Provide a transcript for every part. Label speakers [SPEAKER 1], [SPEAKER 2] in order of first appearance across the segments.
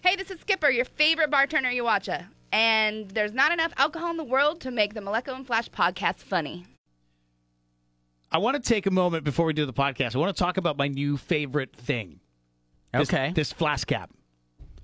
[SPEAKER 1] Hey, this is Skipper, your favorite bartender you watcha. And there's not enough alcohol in the world to make the Maleko and Flash podcast funny.
[SPEAKER 2] I want to take a moment before we do the podcast. I want to talk about my new favorite thing. This-
[SPEAKER 3] Okay.
[SPEAKER 2] This flask cap.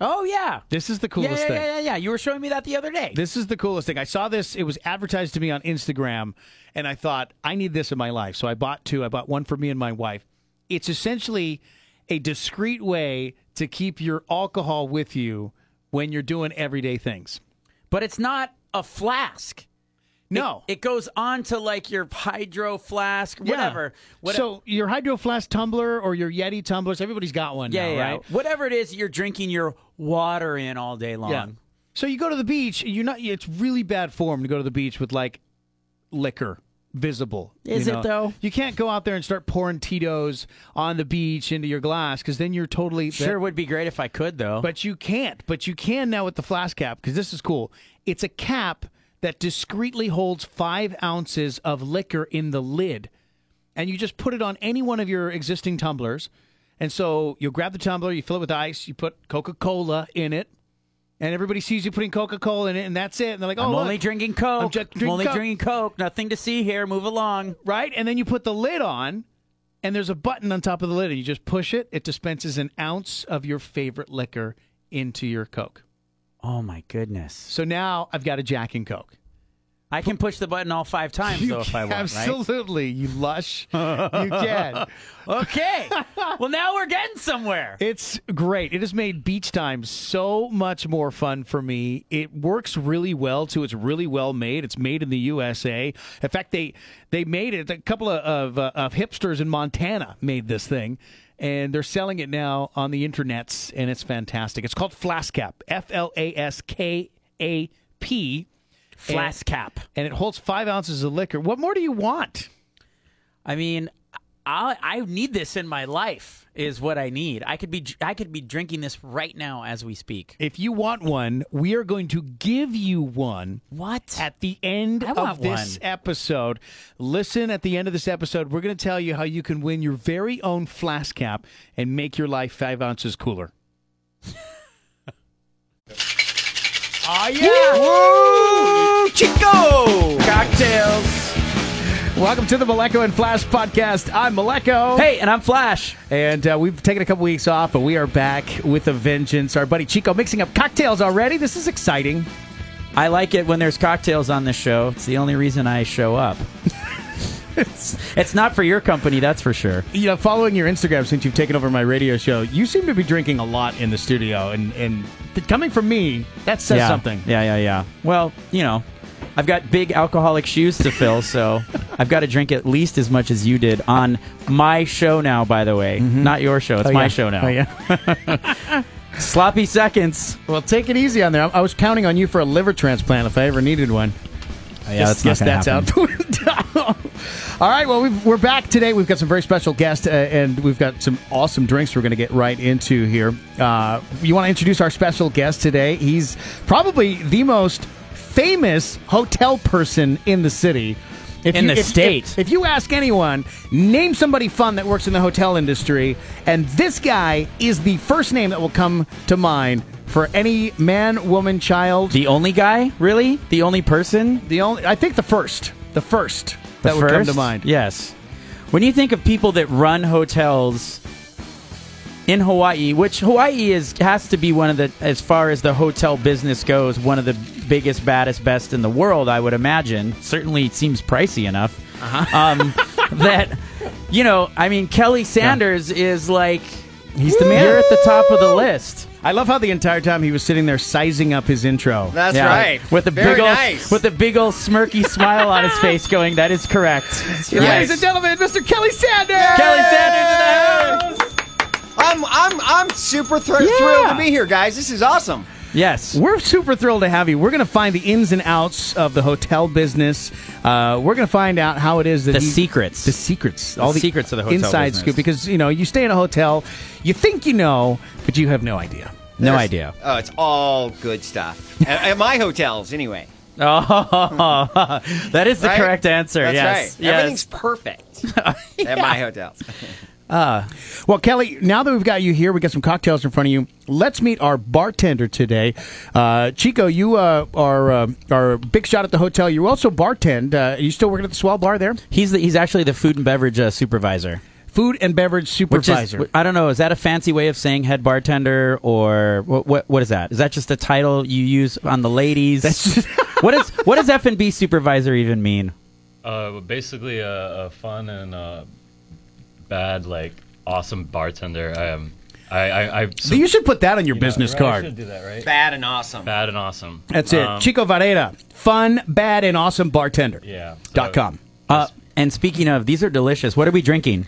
[SPEAKER 3] Oh yeah.
[SPEAKER 2] This is the
[SPEAKER 3] Yeah,
[SPEAKER 2] coolest
[SPEAKER 3] yeah,
[SPEAKER 2] thing.
[SPEAKER 3] yeah, yeah, yeah. You were showing me that the other day.
[SPEAKER 2] This is the coolest thing. I saw this. It was advertised to me on Instagram, and I thought, I need this in my life. So I bought two. I bought one for me and my wife. It's essentially a discreet way to keep your alcohol with you when you're doing everyday things.
[SPEAKER 3] but it's not a flask.
[SPEAKER 2] No.
[SPEAKER 3] It goes on to like your hydro flask, whatever. What-
[SPEAKER 2] So your hydro flask tumbler or your Yeti tumblers, everybody's got one
[SPEAKER 3] yeah,
[SPEAKER 2] now,
[SPEAKER 3] yeah.
[SPEAKER 2] right?
[SPEAKER 3] Whatever it is you're drinking your water in all day long.
[SPEAKER 2] So you go to the beach, you're not it's really bad form to go to the beach with like liquor visible.
[SPEAKER 3] Is
[SPEAKER 2] you
[SPEAKER 3] it, though?
[SPEAKER 2] You can't go out there and start pouring Tito's on the beach into your glass cuz then you're totally
[SPEAKER 3] Sure would be great if I could though.
[SPEAKER 2] But you can't. But you can now with the flask cap because this is cool. It's a cap that discreetly holds five ounces of liquor in the lid, and you just put it on any one of your existing tumblers. And so you'll grab the tumbler, you fill it with ice, you put Coca Cola in it, and everybody sees you putting Coca Cola in it, and that's it. And they're like, "Oh,
[SPEAKER 3] I'm
[SPEAKER 2] look."
[SPEAKER 3] only drinking Coke.
[SPEAKER 2] I'm just drinking
[SPEAKER 3] only
[SPEAKER 2] Coke.
[SPEAKER 3] drinking Coke. Nothing to see here. Move along.
[SPEAKER 2] right?" And then you put the lid on. And there's a button on top of the lid, and you just push it. It dispenses an ounce of your favorite liquor into your Coke.
[SPEAKER 3] Oh my goodness.
[SPEAKER 2] So now I've got a Jack and Coke.
[SPEAKER 3] I can push the button all five times though if I want, right?
[SPEAKER 2] Absolutely, you lush. you can.
[SPEAKER 3] Okay. well, now we're getting somewhere.
[SPEAKER 2] It's great. It has made beach time so much more fun for me. It works really well too. It's really well made. It's made in the USA. In fact, they they made it. A couple of of, uh, of hipsters in Montana made this thing, and they're selling it now on the internets, and it's fantastic. It's called Flask Cap. F L A S K A P.
[SPEAKER 3] Flask cap.
[SPEAKER 2] And it holds five ounces of liquor. What more do you want?
[SPEAKER 3] I mean, I I need this in my life is what I need. I could be I could be drinking this right now as we speak.
[SPEAKER 2] If you want one, we are going to give you one
[SPEAKER 3] What?
[SPEAKER 2] at the end
[SPEAKER 3] I want
[SPEAKER 2] of this
[SPEAKER 3] one.
[SPEAKER 2] episode. Listen, at the end of this episode, we're going to tell you how you can win your very own flask cap and make your life five ounces cooler. Ah,
[SPEAKER 3] oh yeah. Woo! Chico. Cocktails.
[SPEAKER 2] Welcome to the Maleko and Flash podcast. I'm Maleko.
[SPEAKER 3] Hey, and I'm Flash.
[SPEAKER 2] And uh, we've taken a couple weeks off, but we are back with a vengeance. Our buddy Chico mixing up cocktails already. This is exciting.
[SPEAKER 3] I like it when there's cocktails on this show. It's the only reason I show up. it's, it's not for your company, that's for sure.
[SPEAKER 2] you know, following your Instagram since you've taken over my radio show, you seem to be drinking a lot in the studio, and and th- coming from me, that says
[SPEAKER 3] yeah.
[SPEAKER 2] something.
[SPEAKER 3] Yeah, yeah, yeah. Well, you know, I've got big alcoholic shoes to fill, so I've got to drink at least as much as you did on my show now, by the way. Not your show, it's my show now.
[SPEAKER 2] Mm-hmm. Oh, yeah.
[SPEAKER 3] Sloppy seconds.
[SPEAKER 2] Well, take it easy on there. I- I was counting on you for a liver transplant if I ever needed one.
[SPEAKER 3] yeah,
[SPEAKER 2] guess, guess Oh, that's out the window. All right, well, we've, we're back today. We've got some very special guests, uh, and we've got some awesome drinks we're going to get right into here. Uh, you want to introduce our special guest today? He's probably the most famous hotel person in the city. If
[SPEAKER 3] In the
[SPEAKER 2] if-
[SPEAKER 3] state.
[SPEAKER 2] If, if you ask anyone, name somebody fun that works in the hotel industry, and this guy is the first name that will come to mind for any man, woman, child.
[SPEAKER 3] The only guy? Really? The only person?
[SPEAKER 2] The only, I think, the first, the first that
[SPEAKER 3] The
[SPEAKER 2] would come
[SPEAKER 3] first?
[SPEAKER 2] to mind.
[SPEAKER 3] Yes. When you think of people that run hotels in Hawaii, which Hawaii is has to be one of the as far as the hotel business goes, one of the biggest, baddest, best in the world, I would imagine. Certainly it seems pricey enough.
[SPEAKER 2] Uh-huh.
[SPEAKER 3] Um, that you know, I mean Kelly Sanders is like he's the man. You're at the top of the list.
[SPEAKER 2] I love how the entire time he was sitting there sizing up his intro.
[SPEAKER 4] That's
[SPEAKER 3] Yeah.
[SPEAKER 4] right.
[SPEAKER 3] With the
[SPEAKER 4] Very
[SPEAKER 3] big old
[SPEAKER 4] nice.
[SPEAKER 3] with the big old smirky smile on his face going, that is correct.
[SPEAKER 2] Ladies and gentlemen, Mr. Kelly Sanders.
[SPEAKER 3] Kelly Sanders in the house.
[SPEAKER 4] I'm I'm I'm super thr-
[SPEAKER 3] Yeah.
[SPEAKER 4] thrilled to be here, guys. This is awesome.
[SPEAKER 3] Yes.
[SPEAKER 2] We're super thrilled to have you. We're going to find the ins and outs of the hotel business. Uh, we're going to find out how it is that
[SPEAKER 3] The
[SPEAKER 2] he-
[SPEAKER 3] secrets.
[SPEAKER 2] the secrets, all the
[SPEAKER 3] secrets of the hotel
[SPEAKER 2] inside
[SPEAKER 3] business.
[SPEAKER 2] scoop. Because you know, you stay in a hotel, you think you know, but you have no idea.
[SPEAKER 3] No
[SPEAKER 4] There's-
[SPEAKER 3] idea.
[SPEAKER 4] Oh, it's all good stuff. at, at my hotels, anyway.
[SPEAKER 3] Oh, that is the
[SPEAKER 4] Right?
[SPEAKER 3] correct answer.
[SPEAKER 4] That's
[SPEAKER 3] yes.
[SPEAKER 4] right.
[SPEAKER 3] Yes.
[SPEAKER 4] Everything's perfect at my hotels.
[SPEAKER 3] Uh,
[SPEAKER 2] Well, Kelly, now that we've got you here, we got some cocktails in front of you. Let's meet our bartender today, uh, Chico. You uh, are uh, are a big shot at the hotel. You also bartend. Uh, are you still working at the Swell Bar there?
[SPEAKER 3] he's the, he's actually the food and beverage uh, supervisor.
[SPEAKER 2] Food and beverage
[SPEAKER 3] Which
[SPEAKER 2] supervisor.
[SPEAKER 3] is I don't know. Is that a fancy way of saying head bartender or what? What, what is that? Is that just a title you use on the ladies? what is what does F and B supervisor even mean?
[SPEAKER 5] Uh, basically a, a fun and uh bad, like awesome bartender. I am. I. I. I so,
[SPEAKER 2] you should put that on your business
[SPEAKER 5] right? I should
[SPEAKER 2] card.
[SPEAKER 5] do that, right?
[SPEAKER 4] Bad and awesome.
[SPEAKER 5] Bad and awesome.
[SPEAKER 2] That's it.
[SPEAKER 5] Um,
[SPEAKER 2] Chico Varela, fun, bad, and awesome bartender.
[SPEAKER 5] Yeah, so-
[SPEAKER 2] dot com.
[SPEAKER 3] Uh, and speaking of, these are delicious. What are we drinking?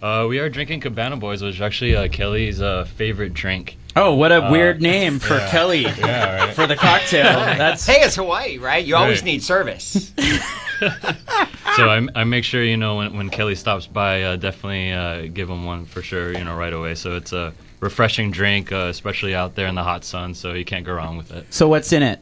[SPEAKER 5] Uh, we are drinking Cabana Boys, which is actually uh, Kelly's uh, favorite drink.
[SPEAKER 3] Oh, what a weird name for Kelly
[SPEAKER 5] Yeah, right.
[SPEAKER 3] for the cocktail. That's
[SPEAKER 4] Hey, it's Hawaii, right? You always
[SPEAKER 5] Right.
[SPEAKER 4] need service.
[SPEAKER 5] so I, I make sure you know when, when Kelly stops by, uh, definitely uh, give him one for sure. You know right away. So it's a refreshing drink, uh, especially out there in the hot sun. So you can't go wrong with it.
[SPEAKER 3] so. What's in it?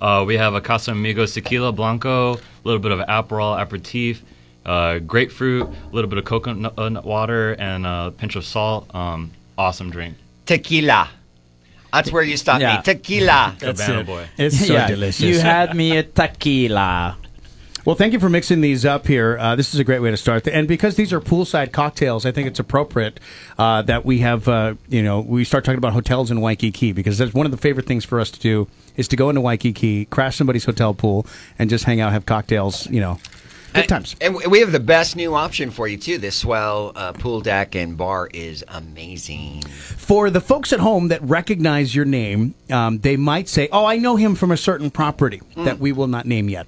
[SPEAKER 5] Uh, we have a Casamigos tequila blanco, a little bit of Aperol aperitif, uh, grapefruit, a little bit of coconut uh, nut water, and a pinch of salt. Um, awesome drink.
[SPEAKER 4] Tequila. That's where you stop
[SPEAKER 3] Yeah.
[SPEAKER 4] me. Tequila.
[SPEAKER 5] Cabana boy.
[SPEAKER 2] It's so
[SPEAKER 3] Yeah,
[SPEAKER 2] delicious.
[SPEAKER 3] You had me at tequila.
[SPEAKER 2] Well, thank you for mixing these up here. Uh, this is a great way to start, and because these are poolside cocktails, I think it's appropriate uh, that we have uh, you know we start talking about hotels in Waikiki because that's one of the favorite things for us to do is to go into Waikiki, crash somebody's hotel pool, and just hang out, have cocktails, you know, good times.
[SPEAKER 4] And we have the best new option for you, too. This swell uh, pool deck and bar is amazing.
[SPEAKER 2] For the folks at home that recognize your name, um, they might say, "Oh, I know him from a certain property that we will not name yet."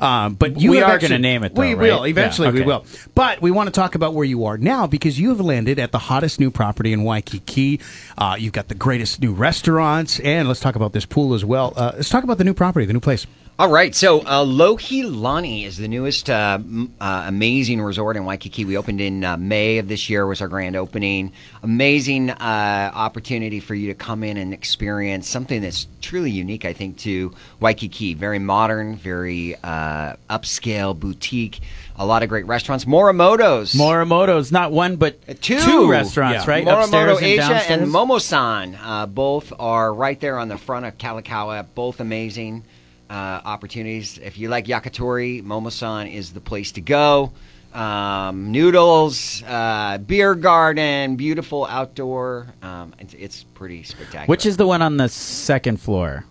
[SPEAKER 2] Um, but you
[SPEAKER 3] Mm. We
[SPEAKER 2] have
[SPEAKER 3] are
[SPEAKER 2] actually-
[SPEAKER 3] gonna name it, though,
[SPEAKER 2] we
[SPEAKER 3] right?
[SPEAKER 2] will
[SPEAKER 3] Yeah,
[SPEAKER 2] eventually. We
[SPEAKER 3] okay.
[SPEAKER 2] will. But we want to talk about where you are now because you have landed at the hottest new property in Waikiki. Uh, you've got the greatest new restaurants, and let's talk about this pool as well. Uh, let's talk about the new property, the new place.
[SPEAKER 4] All right, so uh, Lohilani is the newest uh, m- uh, amazing resort in Waikiki. We opened in uh, May of this year was our grand opening. Amazing uh, opportunity for you to come in and experience something that's truly unique, I think, to Waikiki. Very modern, very uh, upscale boutique. A lot of great restaurants. Morimoto's,
[SPEAKER 3] Morimoto's not one but
[SPEAKER 4] two,
[SPEAKER 3] restaurants,
[SPEAKER 2] Uh, Yeah.
[SPEAKER 3] right?
[SPEAKER 4] Morimoto
[SPEAKER 3] Upstairs and
[SPEAKER 4] Asia
[SPEAKER 3] downstairs.
[SPEAKER 4] and Momo-san, uh, both are right there on the front of Kalakaua. Both amazing uh, opportunities. If you like yakitori, Momo-san is the place to go. Um, noodles, uh, beer garden, beautiful outdoor. Um, it's, it's pretty spectacular.
[SPEAKER 3] Which is the one on the second floor?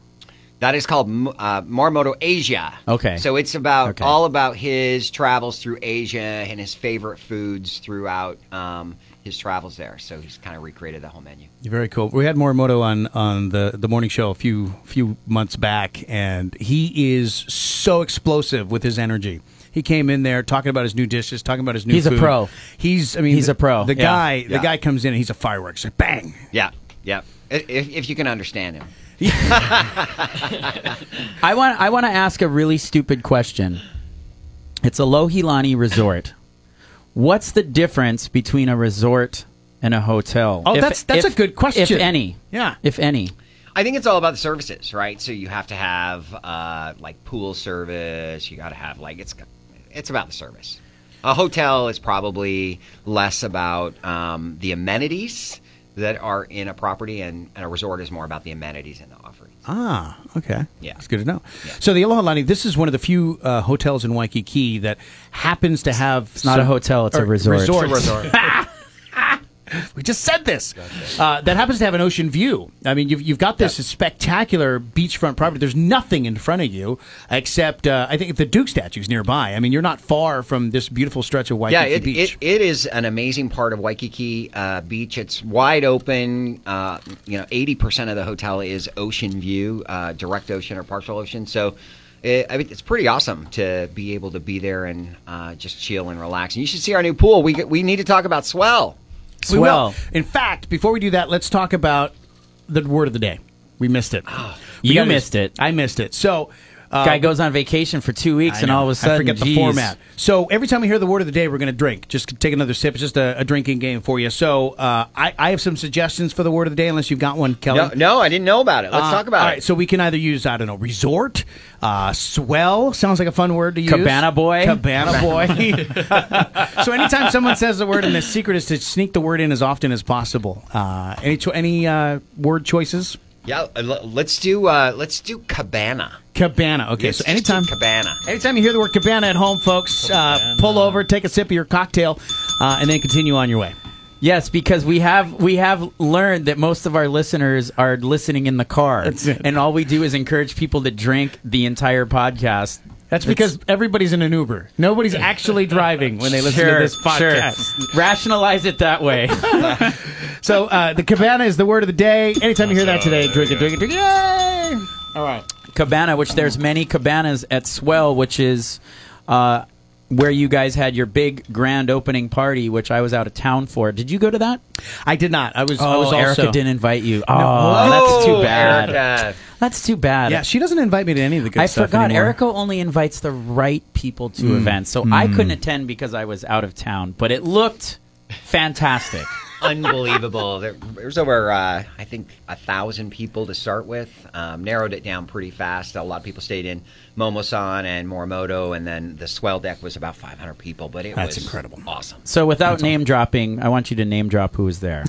[SPEAKER 4] That is called M- uh, Marmoto Asia.
[SPEAKER 3] Okay.
[SPEAKER 4] So it's about
[SPEAKER 3] Okay.
[SPEAKER 4] all about his travels through Asia and his favorite foods throughout um, his travels there. So he's kind of recreated the whole menu.
[SPEAKER 2] Very cool. We had Morimoto on on the the morning show a few few months back, and he is so explosive with his energy. He came in there talking about his new dishes, talking about his new.
[SPEAKER 3] He's a
[SPEAKER 2] food.
[SPEAKER 3] pro.
[SPEAKER 2] He's I mean
[SPEAKER 3] He's a pro.
[SPEAKER 2] The
[SPEAKER 3] Yeah.
[SPEAKER 2] guy the
[SPEAKER 4] Yeah.
[SPEAKER 2] guy comes in and he's a fireworks. Like, bang.
[SPEAKER 4] Yeah. Yeah. I- If, if you can understand him.
[SPEAKER 3] I want I want to ask a really stupid question. It's a Lohilani resort. What's the difference between a resort and a hotel?
[SPEAKER 2] Oh, that's- that's a good
[SPEAKER 3] If
[SPEAKER 2] question.
[SPEAKER 3] any,
[SPEAKER 2] Yeah.
[SPEAKER 3] if any.
[SPEAKER 4] I think it's all about the services, right? So you have to have uh, like pool service. You got to have like it's it's about the service. A hotel is probably less about um, the amenities that are in a property, and, and a resort is more about the amenities and the offerings.
[SPEAKER 2] Ah, okay.
[SPEAKER 4] Yeah.
[SPEAKER 2] That's good to know. So the Aloha Lani, this is one of the few uh, hotels in Waikiki that happens to have. It's
[SPEAKER 3] not a hotel, it's a resort.
[SPEAKER 2] Resort. we just said this. Uh, that happens to have an ocean view. I mean, you've, you've got this spectacular beachfront property. There's nothing in front of you except, uh, I think, the Duke statue's nearby. I mean, you're not far from this beautiful stretch of Waikiki
[SPEAKER 4] yeah, it,
[SPEAKER 2] Beach.
[SPEAKER 4] It, it is an amazing part of Waikiki uh, Beach. It's wide open. Uh, you know, eighty percent of the hotel is ocean view, uh, direct ocean or partial ocean. So, it, I mean, it's pretty awesome to be able to be there and uh, just chill and relax. And you should see our new pool. We we need to talk about swell.
[SPEAKER 2] We will.
[SPEAKER 3] Swell.
[SPEAKER 2] In fact, before we do that, let's talk about the word of the day. We missed it. We
[SPEAKER 3] Ah, You
[SPEAKER 2] gotta
[SPEAKER 3] missed
[SPEAKER 2] just-
[SPEAKER 3] it.
[SPEAKER 2] I missed it. So
[SPEAKER 3] Guy goes on vacation for two weeks,
[SPEAKER 2] Uh, I
[SPEAKER 3] and
[SPEAKER 2] know.
[SPEAKER 3] all of a sudden,
[SPEAKER 2] I forget the
[SPEAKER 3] geez.
[SPEAKER 2] format. So every time we hear the word of the day, we're going to drink. Just take another sip. It's just a, a drinking game for you. So uh, I, I have some suggestions for the word of the day, unless you've got one, Kelly.
[SPEAKER 4] No, no, I didn't know about it. Let's
[SPEAKER 2] Oh. Uh,
[SPEAKER 4] talk about
[SPEAKER 2] all
[SPEAKER 4] it.
[SPEAKER 2] right, so we can either use I don't know resort, uh, swell sounds like a fun word to use.
[SPEAKER 3] Cabana boy.
[SPEAKER 2] cabana boy. so anytime someone says the word, and the secret is to sneak the word in as often as possible. Uh, any cho- any uh, word choices?
[SPEAKER 4] yeah, uh, l- let's do uh, let's do cabana.
[SPEAKER 2] Cabana. Okay,
[SPEAKER 4] Let's
[SPEAKER 2] so
[SPEAKER 4] just do
[SPEAKER 2] anytime
[SPEAKER 4] cabana.
[SPEAKER 2] Anytime you hear the word cabana at home, folks, uh, pull over, take a sip of your cocktail, uh, and then continue on your way.
[SPEAKER 3] Yes, because we have we have learned that most of our listeners are listening in the car,
[SPEAKER 2] it.
[SPEAKER 3] and all we do is encourage people to drink the entire podcast.
[SPEAKER 2] That's because everybody's in an Uber. Nobody's actually driving when they listen
[SPEAKER 3] Sure,
[SPEAKER 2] to this podcast.
[SPEAKER 3] sure. Rationalize it that way.
[SPEAKER 2] So uh, the cabana is the word of the day. Anytime you hear that today,
[SPEAKER 5] Uh,
[SPEAKER 2] drink it,
[SPEAKER 5] yeah.
[SPEAKER 2] drink it, drink it. Yay!
[SPEAKER 3] cabana, which there's many cabanas at Swell, which is uh, where you guys had your big grand opening party, which I was out of town for. Did you go to that?
[SPEAKER 2] I did not. I was. I was
[SPEAKER 3] Oh, Erica
[SPEAKER 2] also.
[SPEAKER 3] didn't invite you. Oh, that's
[SPEAKER 4] Whoa,
[SPEAKER 3] too bad.
[SPEAKER 4] Erica.
[SPEAKER 3] That's too bad.
[SPEAKER 2] Yeah, she doesn't invite me to any of the good
[SPEAKER 3] I
[SPEAKER 2] stuff
[SPEAKER 3] forgot.
[SPEAKER 2] anymore. Mm.
[SPEAKER 3] Erica only invites the right people to events, so I couldn't attend because I was out of town. But it looked fantastic.
[SPEAKER 4] Unbelievable. There, there's over, uh, I think, a thousand people to start with. Um, narrowed it down pretty fast. A lot of people stayed in Momosan and Morimoto, and then the swell deck was about 500 people. But it
[SPEAKER 2] That's
[SPEAKER 4] was
[SPEAKER 2] incredible.
[SPEAKER 4] awesome.
[SPEAKER 3] so without name dropping, I want you to name drop who was there.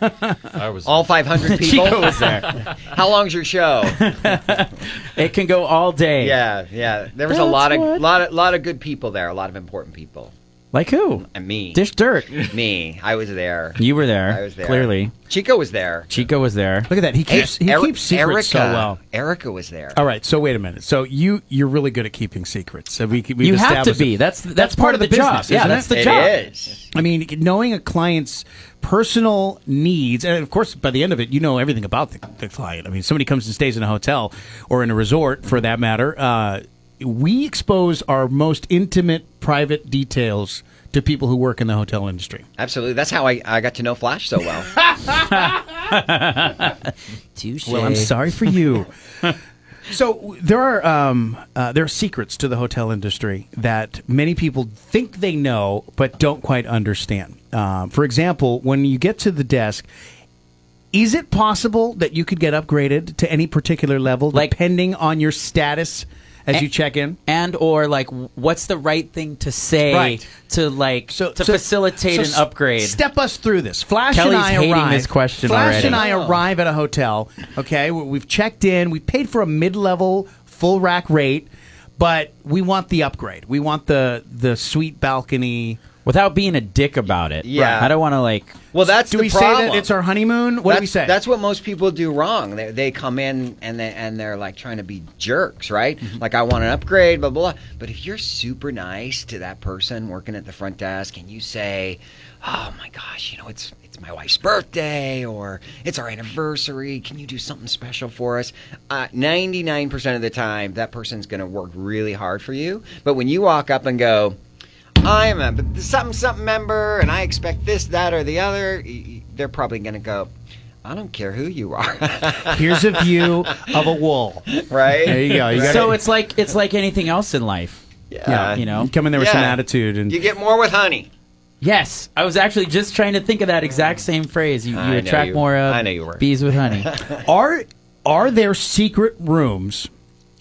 [SPEAKER 5] I was
[SPEAKER 4] All 500 people.
[SPEAKER 3] Chico was there.
[SPEAKER 4] How long's your show?
[SPEAKER 3] It can go all day.
[SPEAKER 4] yeah, yeah. There was a
[SPEAKER 3] That's
[SPEAKER 4] lot of
[SPEAKER 3] what-
[SPEAKER 4] lot of lot of good people there. A lot of important people.
[SPEAKER 3] Like who?
[SPEAKER 4] And me,
[SPEAKER 3] Dish Dirt.
[SPEAKER 4] me. I was there.
[SPEAKER 3] You were there.
[SPEAKER 4] I was there.
[SPEAKER 3] Clearly.
[SPEAKER 4] Chico was there.
[SPEAKER 3] Chico was there.
[SPEAKER 2] Look at that. He keeps. He
[SPEAKER 4] Eri-
[SPEAKER 2] keeps secrets
[SPEAKER 4] Erica,
[SPEAKER 2] so well.
[SPEAKER 4] Erica was there.
[SPEAKER 2] All right. So wait a minute. So you you're really good at keeping secrets. So we we
[SPEAKER 3] you have to be. That's that's, part, of the, job.
[SPEAKER 2] business,
[SPEAKER 3] yeah,
[SPEAKER 2] isn't
[SPEAKER 3] that's
[SPEAKER 2] it?
[SPEAKER 3] the
[SPEAKER 4] It
[SPEAKER 3] job.
[SPEAKER 4] is.
[SPEAKER 2] I mean, knowing a client's personal needs, and of course, by the end of it, you know everything about the, the client. I mean, somebody comes and stays in a hotel or in a resort, for that matter. Uh, we expose our most intimate, private details to people who work in the hotel industry.
[SPEAKER 4] Absolutely. That's how I, I got to know Flash so well.
[SPEAKER 2] Well, I'm sorry for you. so w- there are um, uh, there are secrets to the hotel industry that many people think they know but don't quite understand. Um, for example, when you get to the desk. Is it possible that you could get upgraded to any particular level
[SPEAKER 3] Like-
[SPEAKER 2] depending on your status as you check in?
[SPEAKER 3] And or like, what's the right thing to say
[SPEAKER 2] Right.
[SPEAKER 3] to like to facilitate
[SPEAKER 2] so
[SPEAKER 3] an
[SPEAKER 2] s-
[SPEAKER 3] upgrade?
[SPEAKER 2] Step us through this. Flash
[SPEAKER 3] Kelly's
[SPEAKER 2] and I
[SPEAKER 3] hating
[SPEAKER 2] arrive.
[SPEAKER 3] this question
[SPEAKER 2] Flash
[SPEAKER 3] already.
[SPEAKER 2] and I
[SPEAKER 4] Oh.
[SPEAKER 2] arrive at a hotel. Okay, we- we've checked in. We paid for a mid-level full rack rate, but we want the upgrade. We want the the suite balcony.
[SPEAKER 3] Without being a dick about it.
[SPEAKER 4] Yeah.
[SPEAKER 3] I don't want to like.
[SPEAKER 4] Well, that's
[SPEAKER 2] do
[SPEAKER 4] the
[SPEAKER 2] we say
[SPEAKER 4] problem.
[SPEAKER 2] that it's our honeymoon? What
[SPEAKER 4] that's,
[SPEAKER 2] do we say?
[SPEAKER 4] That's what most people do wrong. They, they come in and they and they're like trying to be jerks, right?
[SPEAKER 2] Mm-hmm.
[SPEAKER 4] Like I want an upgrade, blah blah. blah. But if you're super nice to that person working at the front desk and you say, "Oh my gosh, you know it's it's my wife's birthday or it's our anniversary, can you do something special for us?" Ninety nine percent of the time, that person's going to work really hard for you. But when you walk up and go. I'm a b- something something member, and I expect this, that, or the other. y- y- They're probably going to go. I don't care who you are,
[SPEAKER 2] Here's a view of a wall.
[SPEAKER 4] right?
[SPEAKER 2] There you go. You got
[SPEAKER 3] So it's like it's like anything else in life.
[SPEAKER 4] Yeah.
[SPEAKER 3] you know.
[SPEAKER 2] come in there with some
[SPEAKER 4] Yeah.
[SPEAKER 2] attitude and
[SPEAKER 4] You get more with honey.
[SPEAKER 3] Yes, I was actually just trying to think of that exact same phrase. You,
[SPEAKER 4] I
[SPEAKER 3] you
[SPEAKER 4] know
[SPEAKER 3] attract
[SPEAKER 4] you-
[SPEAKER 3] more of
[SPEAKER 4] I know you were.
[SPEAKER 3] bees with honey.
[SPEAKER 2] are are there secret rooms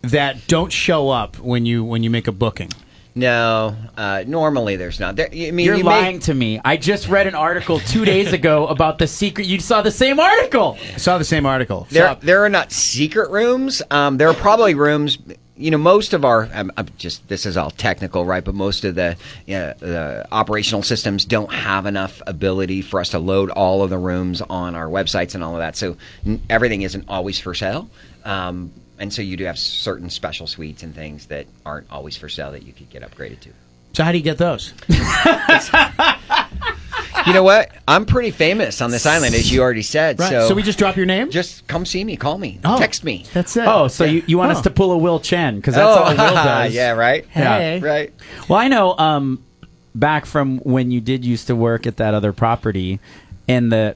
[SPEAKER 2] that don't show up when you when you make a booking?
[SPEAKER 4] No, uh, normally there's not. There, I mean,
[SPEAKER 3] You're
[SPEAKER 4] you may-
[SPEAKER 3] lying to me. I just read an article two days ago about the secret. You saw the same article.
[SPEAKER 2] I saw the same article.
[SPEAKER 4] there, there are not secret rooms. Um, there are probably rooms. You know, most of our um, I'm, I'm just this is all technical, right? But most of the, you know, the operational systems don't have enough ability for us to load all of the rooms on our websites and all of that. So n- everything isn't always for sale, um, and so you do have certain special suites and things that aren't always for sale that you could get upgraded to.
[SPEAKER 2] so how do you get those?
[SPEAKER 4] You know what? I'm pretty famous on this island, as you already said.
[SPEAKER 2] Right. So,
[SPEAKER 4] So,
[SPEAKER 2] we just drop your name.
[SPEAKER 4] just come see me, call me,
[SPEAKER 2] Oh,
[SPEAKER 4] text me.
[SPEAKER 2] That's it.
[SPEAKER 3] Oh, so you, you want us
[SPEAKER 2] Huh.
[SPEAKER 3] to pull a Will Chen because that's all Will does.
[SPEAKER 4] Oh, yeah, right.
[SPEAKER 2] Hey.
[SPEAKER 4] Right.
[SPEAKER 3] Well, I know um, back from when you did used to work at that other property, and the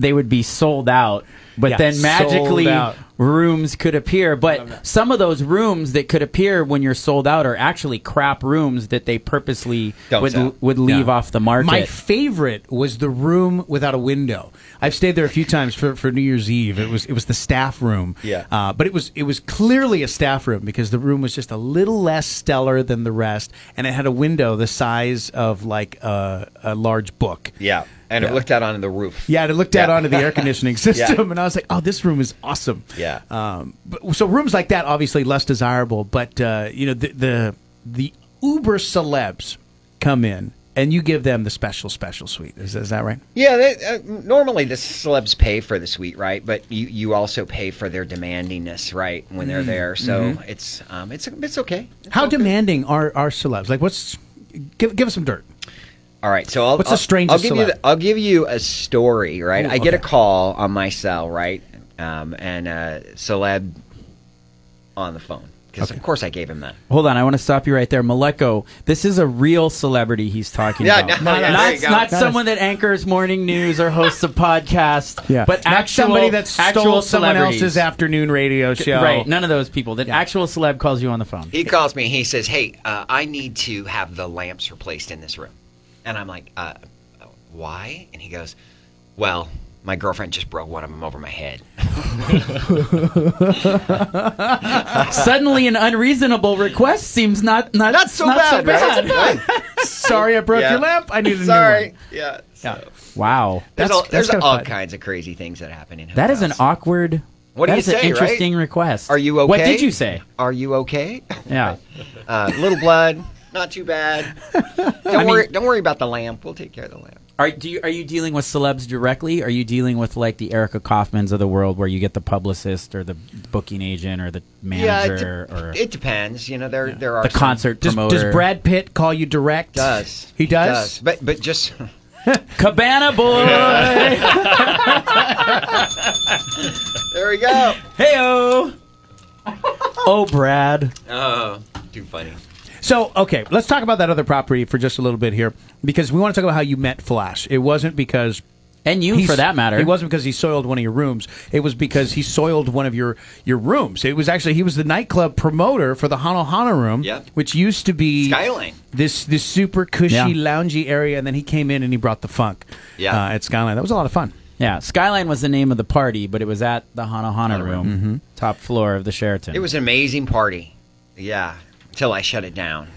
[SPEAKER 3] they would be sold out, but
[SPEAKER 2] Yeah,
[SPEAKER 3] then magically
[SPEAKER 2] sold out.
[SPEAKER 3] rooms could appear. But some of those rooms that could appear when you're sold out are actually crap rooms that they purposely
[SPEAKER 4] Don't
[SPEAKER 3] would
[SPEAKER 4] sell.
[SPEAKER 3] would leave
[SPEAKER 2] Yeah.
[SPEAKER 3] off the market.
[SPEAKER 2] My favorite was the room without a window. I've stayed there a few times for, for New Year's Eve. It was it was the staff room.
[SPEAKER 4] Yeah.
[SPEAKER 2] Uh, but it was it was clearly a staff room because the room was just a little less stellar than the rest, and it had a window the size of like a, a large book.
[SPEAKER 4] Yeah, and it looked out onto the roof.
[SPEAKER 2] Yeah, and it looked out onto the air conditioning system,
[SPEAKER 4] Yeah.
[SPEAKER 2] and I was like, "Oh, this room is awesome."
[SPEAKER 4] Yeah.
[SPEAKER 2] Um, but, so rooms like that, obviously less desirable, but uh, you know the, the the uber celebs come in, and you give them the special special suite. Is, is that right?
[SPEAKER 4] Yeah, they, uh, normally the celebs pay for the suite, right? But you, you also pay for their demandingness, right? When they're there, so it's um, it's it's okay.
[SPEAKER 2] How demanding are are celebs? Like, what's give give us some dirt?
[SPEAKER 4] All right, so I'll,
[SPEAKER 2] What's the
[SPEAKER 4] I'll,
[SPEAKER 2] strangest
[SPEAKER 4] I'll give you
[SPEAKER 2] celeb?
[SPEAKER 4] the, I'll give you a story, right?
[SPEAKER 2] Ooh,
[SPEAKER 4] I get a
[SPEAKER 2] okay.
[SPEAKER 4] call on my cell, right, um, and a celeb on the phone because of course I gave him that.
[SPEAKER 3] Hold on, I want to stop you right there, Maleko. This is a real celebrity he's talking
[SPEAKER 4] Yeah,
[SPEAKER 3] about.
[SPEAKER 4] no, yeah,
[SPEAKER 3] not
[SPEAKER 4] there you go.
[SPEAKER 3] not someone that anchors morning news or hosts a podcast.
[SPEAKER 2] Yeah,
[SPEAKER 3] but
[SPEAKER 2] not
[SPEAKER 3] actual,
[SPEAKER 2] somebody that stole someone
[SPEAKER 3] actual celebrities.
[SPEAKER 2] else's afternoon radio show.
[SPEAKER 3] Right, none of those people. That actual celeb calls you on the phone.
[SPEAKER 4] He calls me. He says, "Hey, uh, I need to have the lamps replaced in this room," and I'm like, uh, "Why?" And he goes, "Well, my girlfriend just broke one of them over my head."
[SPEAKER 3] Suddenly, an unreasonable request seems not not
[SPEAKER 4] Not so
[SPEAKER 3] not
[SPEAKER 4] bad, right?
[SPEAKER 2] Sorry, I broke
[SPEAKER 4] Yeah.
[SPEAKER 2] your lamp. I need a new
[SPEAKER 4] Sorry.
[SPEAKER 2] one.
[SPEAKER 4] Yeah. So.
[SPEAKER 3] Wow,
[SPEAKER 4] There's,
[SPEAKER 2] That's-
[SPEAKER 4] all,
[SPEAKER 2] that's
[SPEAKER 4] there's
[SPEAKER 2] kinda
[SPEAKER 4] all
[SPEAKER 2] fun.
[SPEAKER 4] kinds of crazy things that happen in
[SPEAKER 3] that is an
[SPEAKER 4] hotels.
[SPEAKER 3] awkward.
[SPEAKER 4] What do
[SPEAKER 3] that
[SPEAKER 4] you
[SPEAKER 3] is
[SPEAKER 4] say,
[SPEAKER 3] An
[SPEAKER 4] right?
[SPEAKER 3] interesting request.
[SPEAKER 4] Are you okay?
[SPEAKER 3] What did you say?
[SPEAKER 4] Are you okay?
[SPEAKER 3] Yeah.
[SPEAKER 4] Uh, little blood, not too bad. Don't worry. don't worry about the lamp. We'll take care of the lamp.
[SPEAKER 3] Are do you are you dealing with celebs directly? Are you dealing with like the Erica Kaufmans of the world, where you get the publicist or the booking agent or the manager
[SPEAKER 4] yeah. It, de-
[SPEAKER 3] or
[SPEAKER 4] it depends. You know, there there are
[SPEAKER 3] the
[SPEAKER 4] some-
[SPEAKER 3] concert
[SPEAKER 2] Does,
[SPEAKER 3] promoter?
[SPEAKER 2] does Brad Pitt call you direct?
[SPEAKER 4] Does
[SPEAKER 2] he does?
[SPEAKER 4] But but just
[SPEAKER 3] Cabana Boy?
[SPEAKER 4] there we go.
[SPEAKER 3] Heyo. oh, Brad.
[SPEAKER 4] Oh, too funny.
[SPEAKER 2] So, okay, let's talk about that other property for just a little bit here because we want to talk about how you met Flash. It wasn't because.
[SPEAKER 3] And you,
[SPEAKER 2] he-
[SPEAKER 3] for that matter.
[SPEAKER 2] It wasn't because he soiled one of your rooms. It was because he soiled one of your, your rooms. It was actually, he was the nightclub promoter for the Hana Hana room,
[SPEAKER 4] Yep.
[SPEAKER 2] which used to be
[SPEAKER 4] Skyline.
[SPEAKER 2] This this super cushy,
[SPEAKER 3] Yeah.
[SPEAKER 2] loungy area. And then he came in and he brought the funk
[SPEAKER 4] Yeah.
[SPEAKER 2] uh, at Skyline. That was a lot of fun.
[SPEAKER 3] Yeah, Skyline was the name of the party, but it was at the Hana Hana room,
[SPEAKER 2] Mm-hmm.
[SPEAKER 3] top floor of the Sheraton.
[SPEAKER 4] It was an amazing party. Yeah, until I shut it down.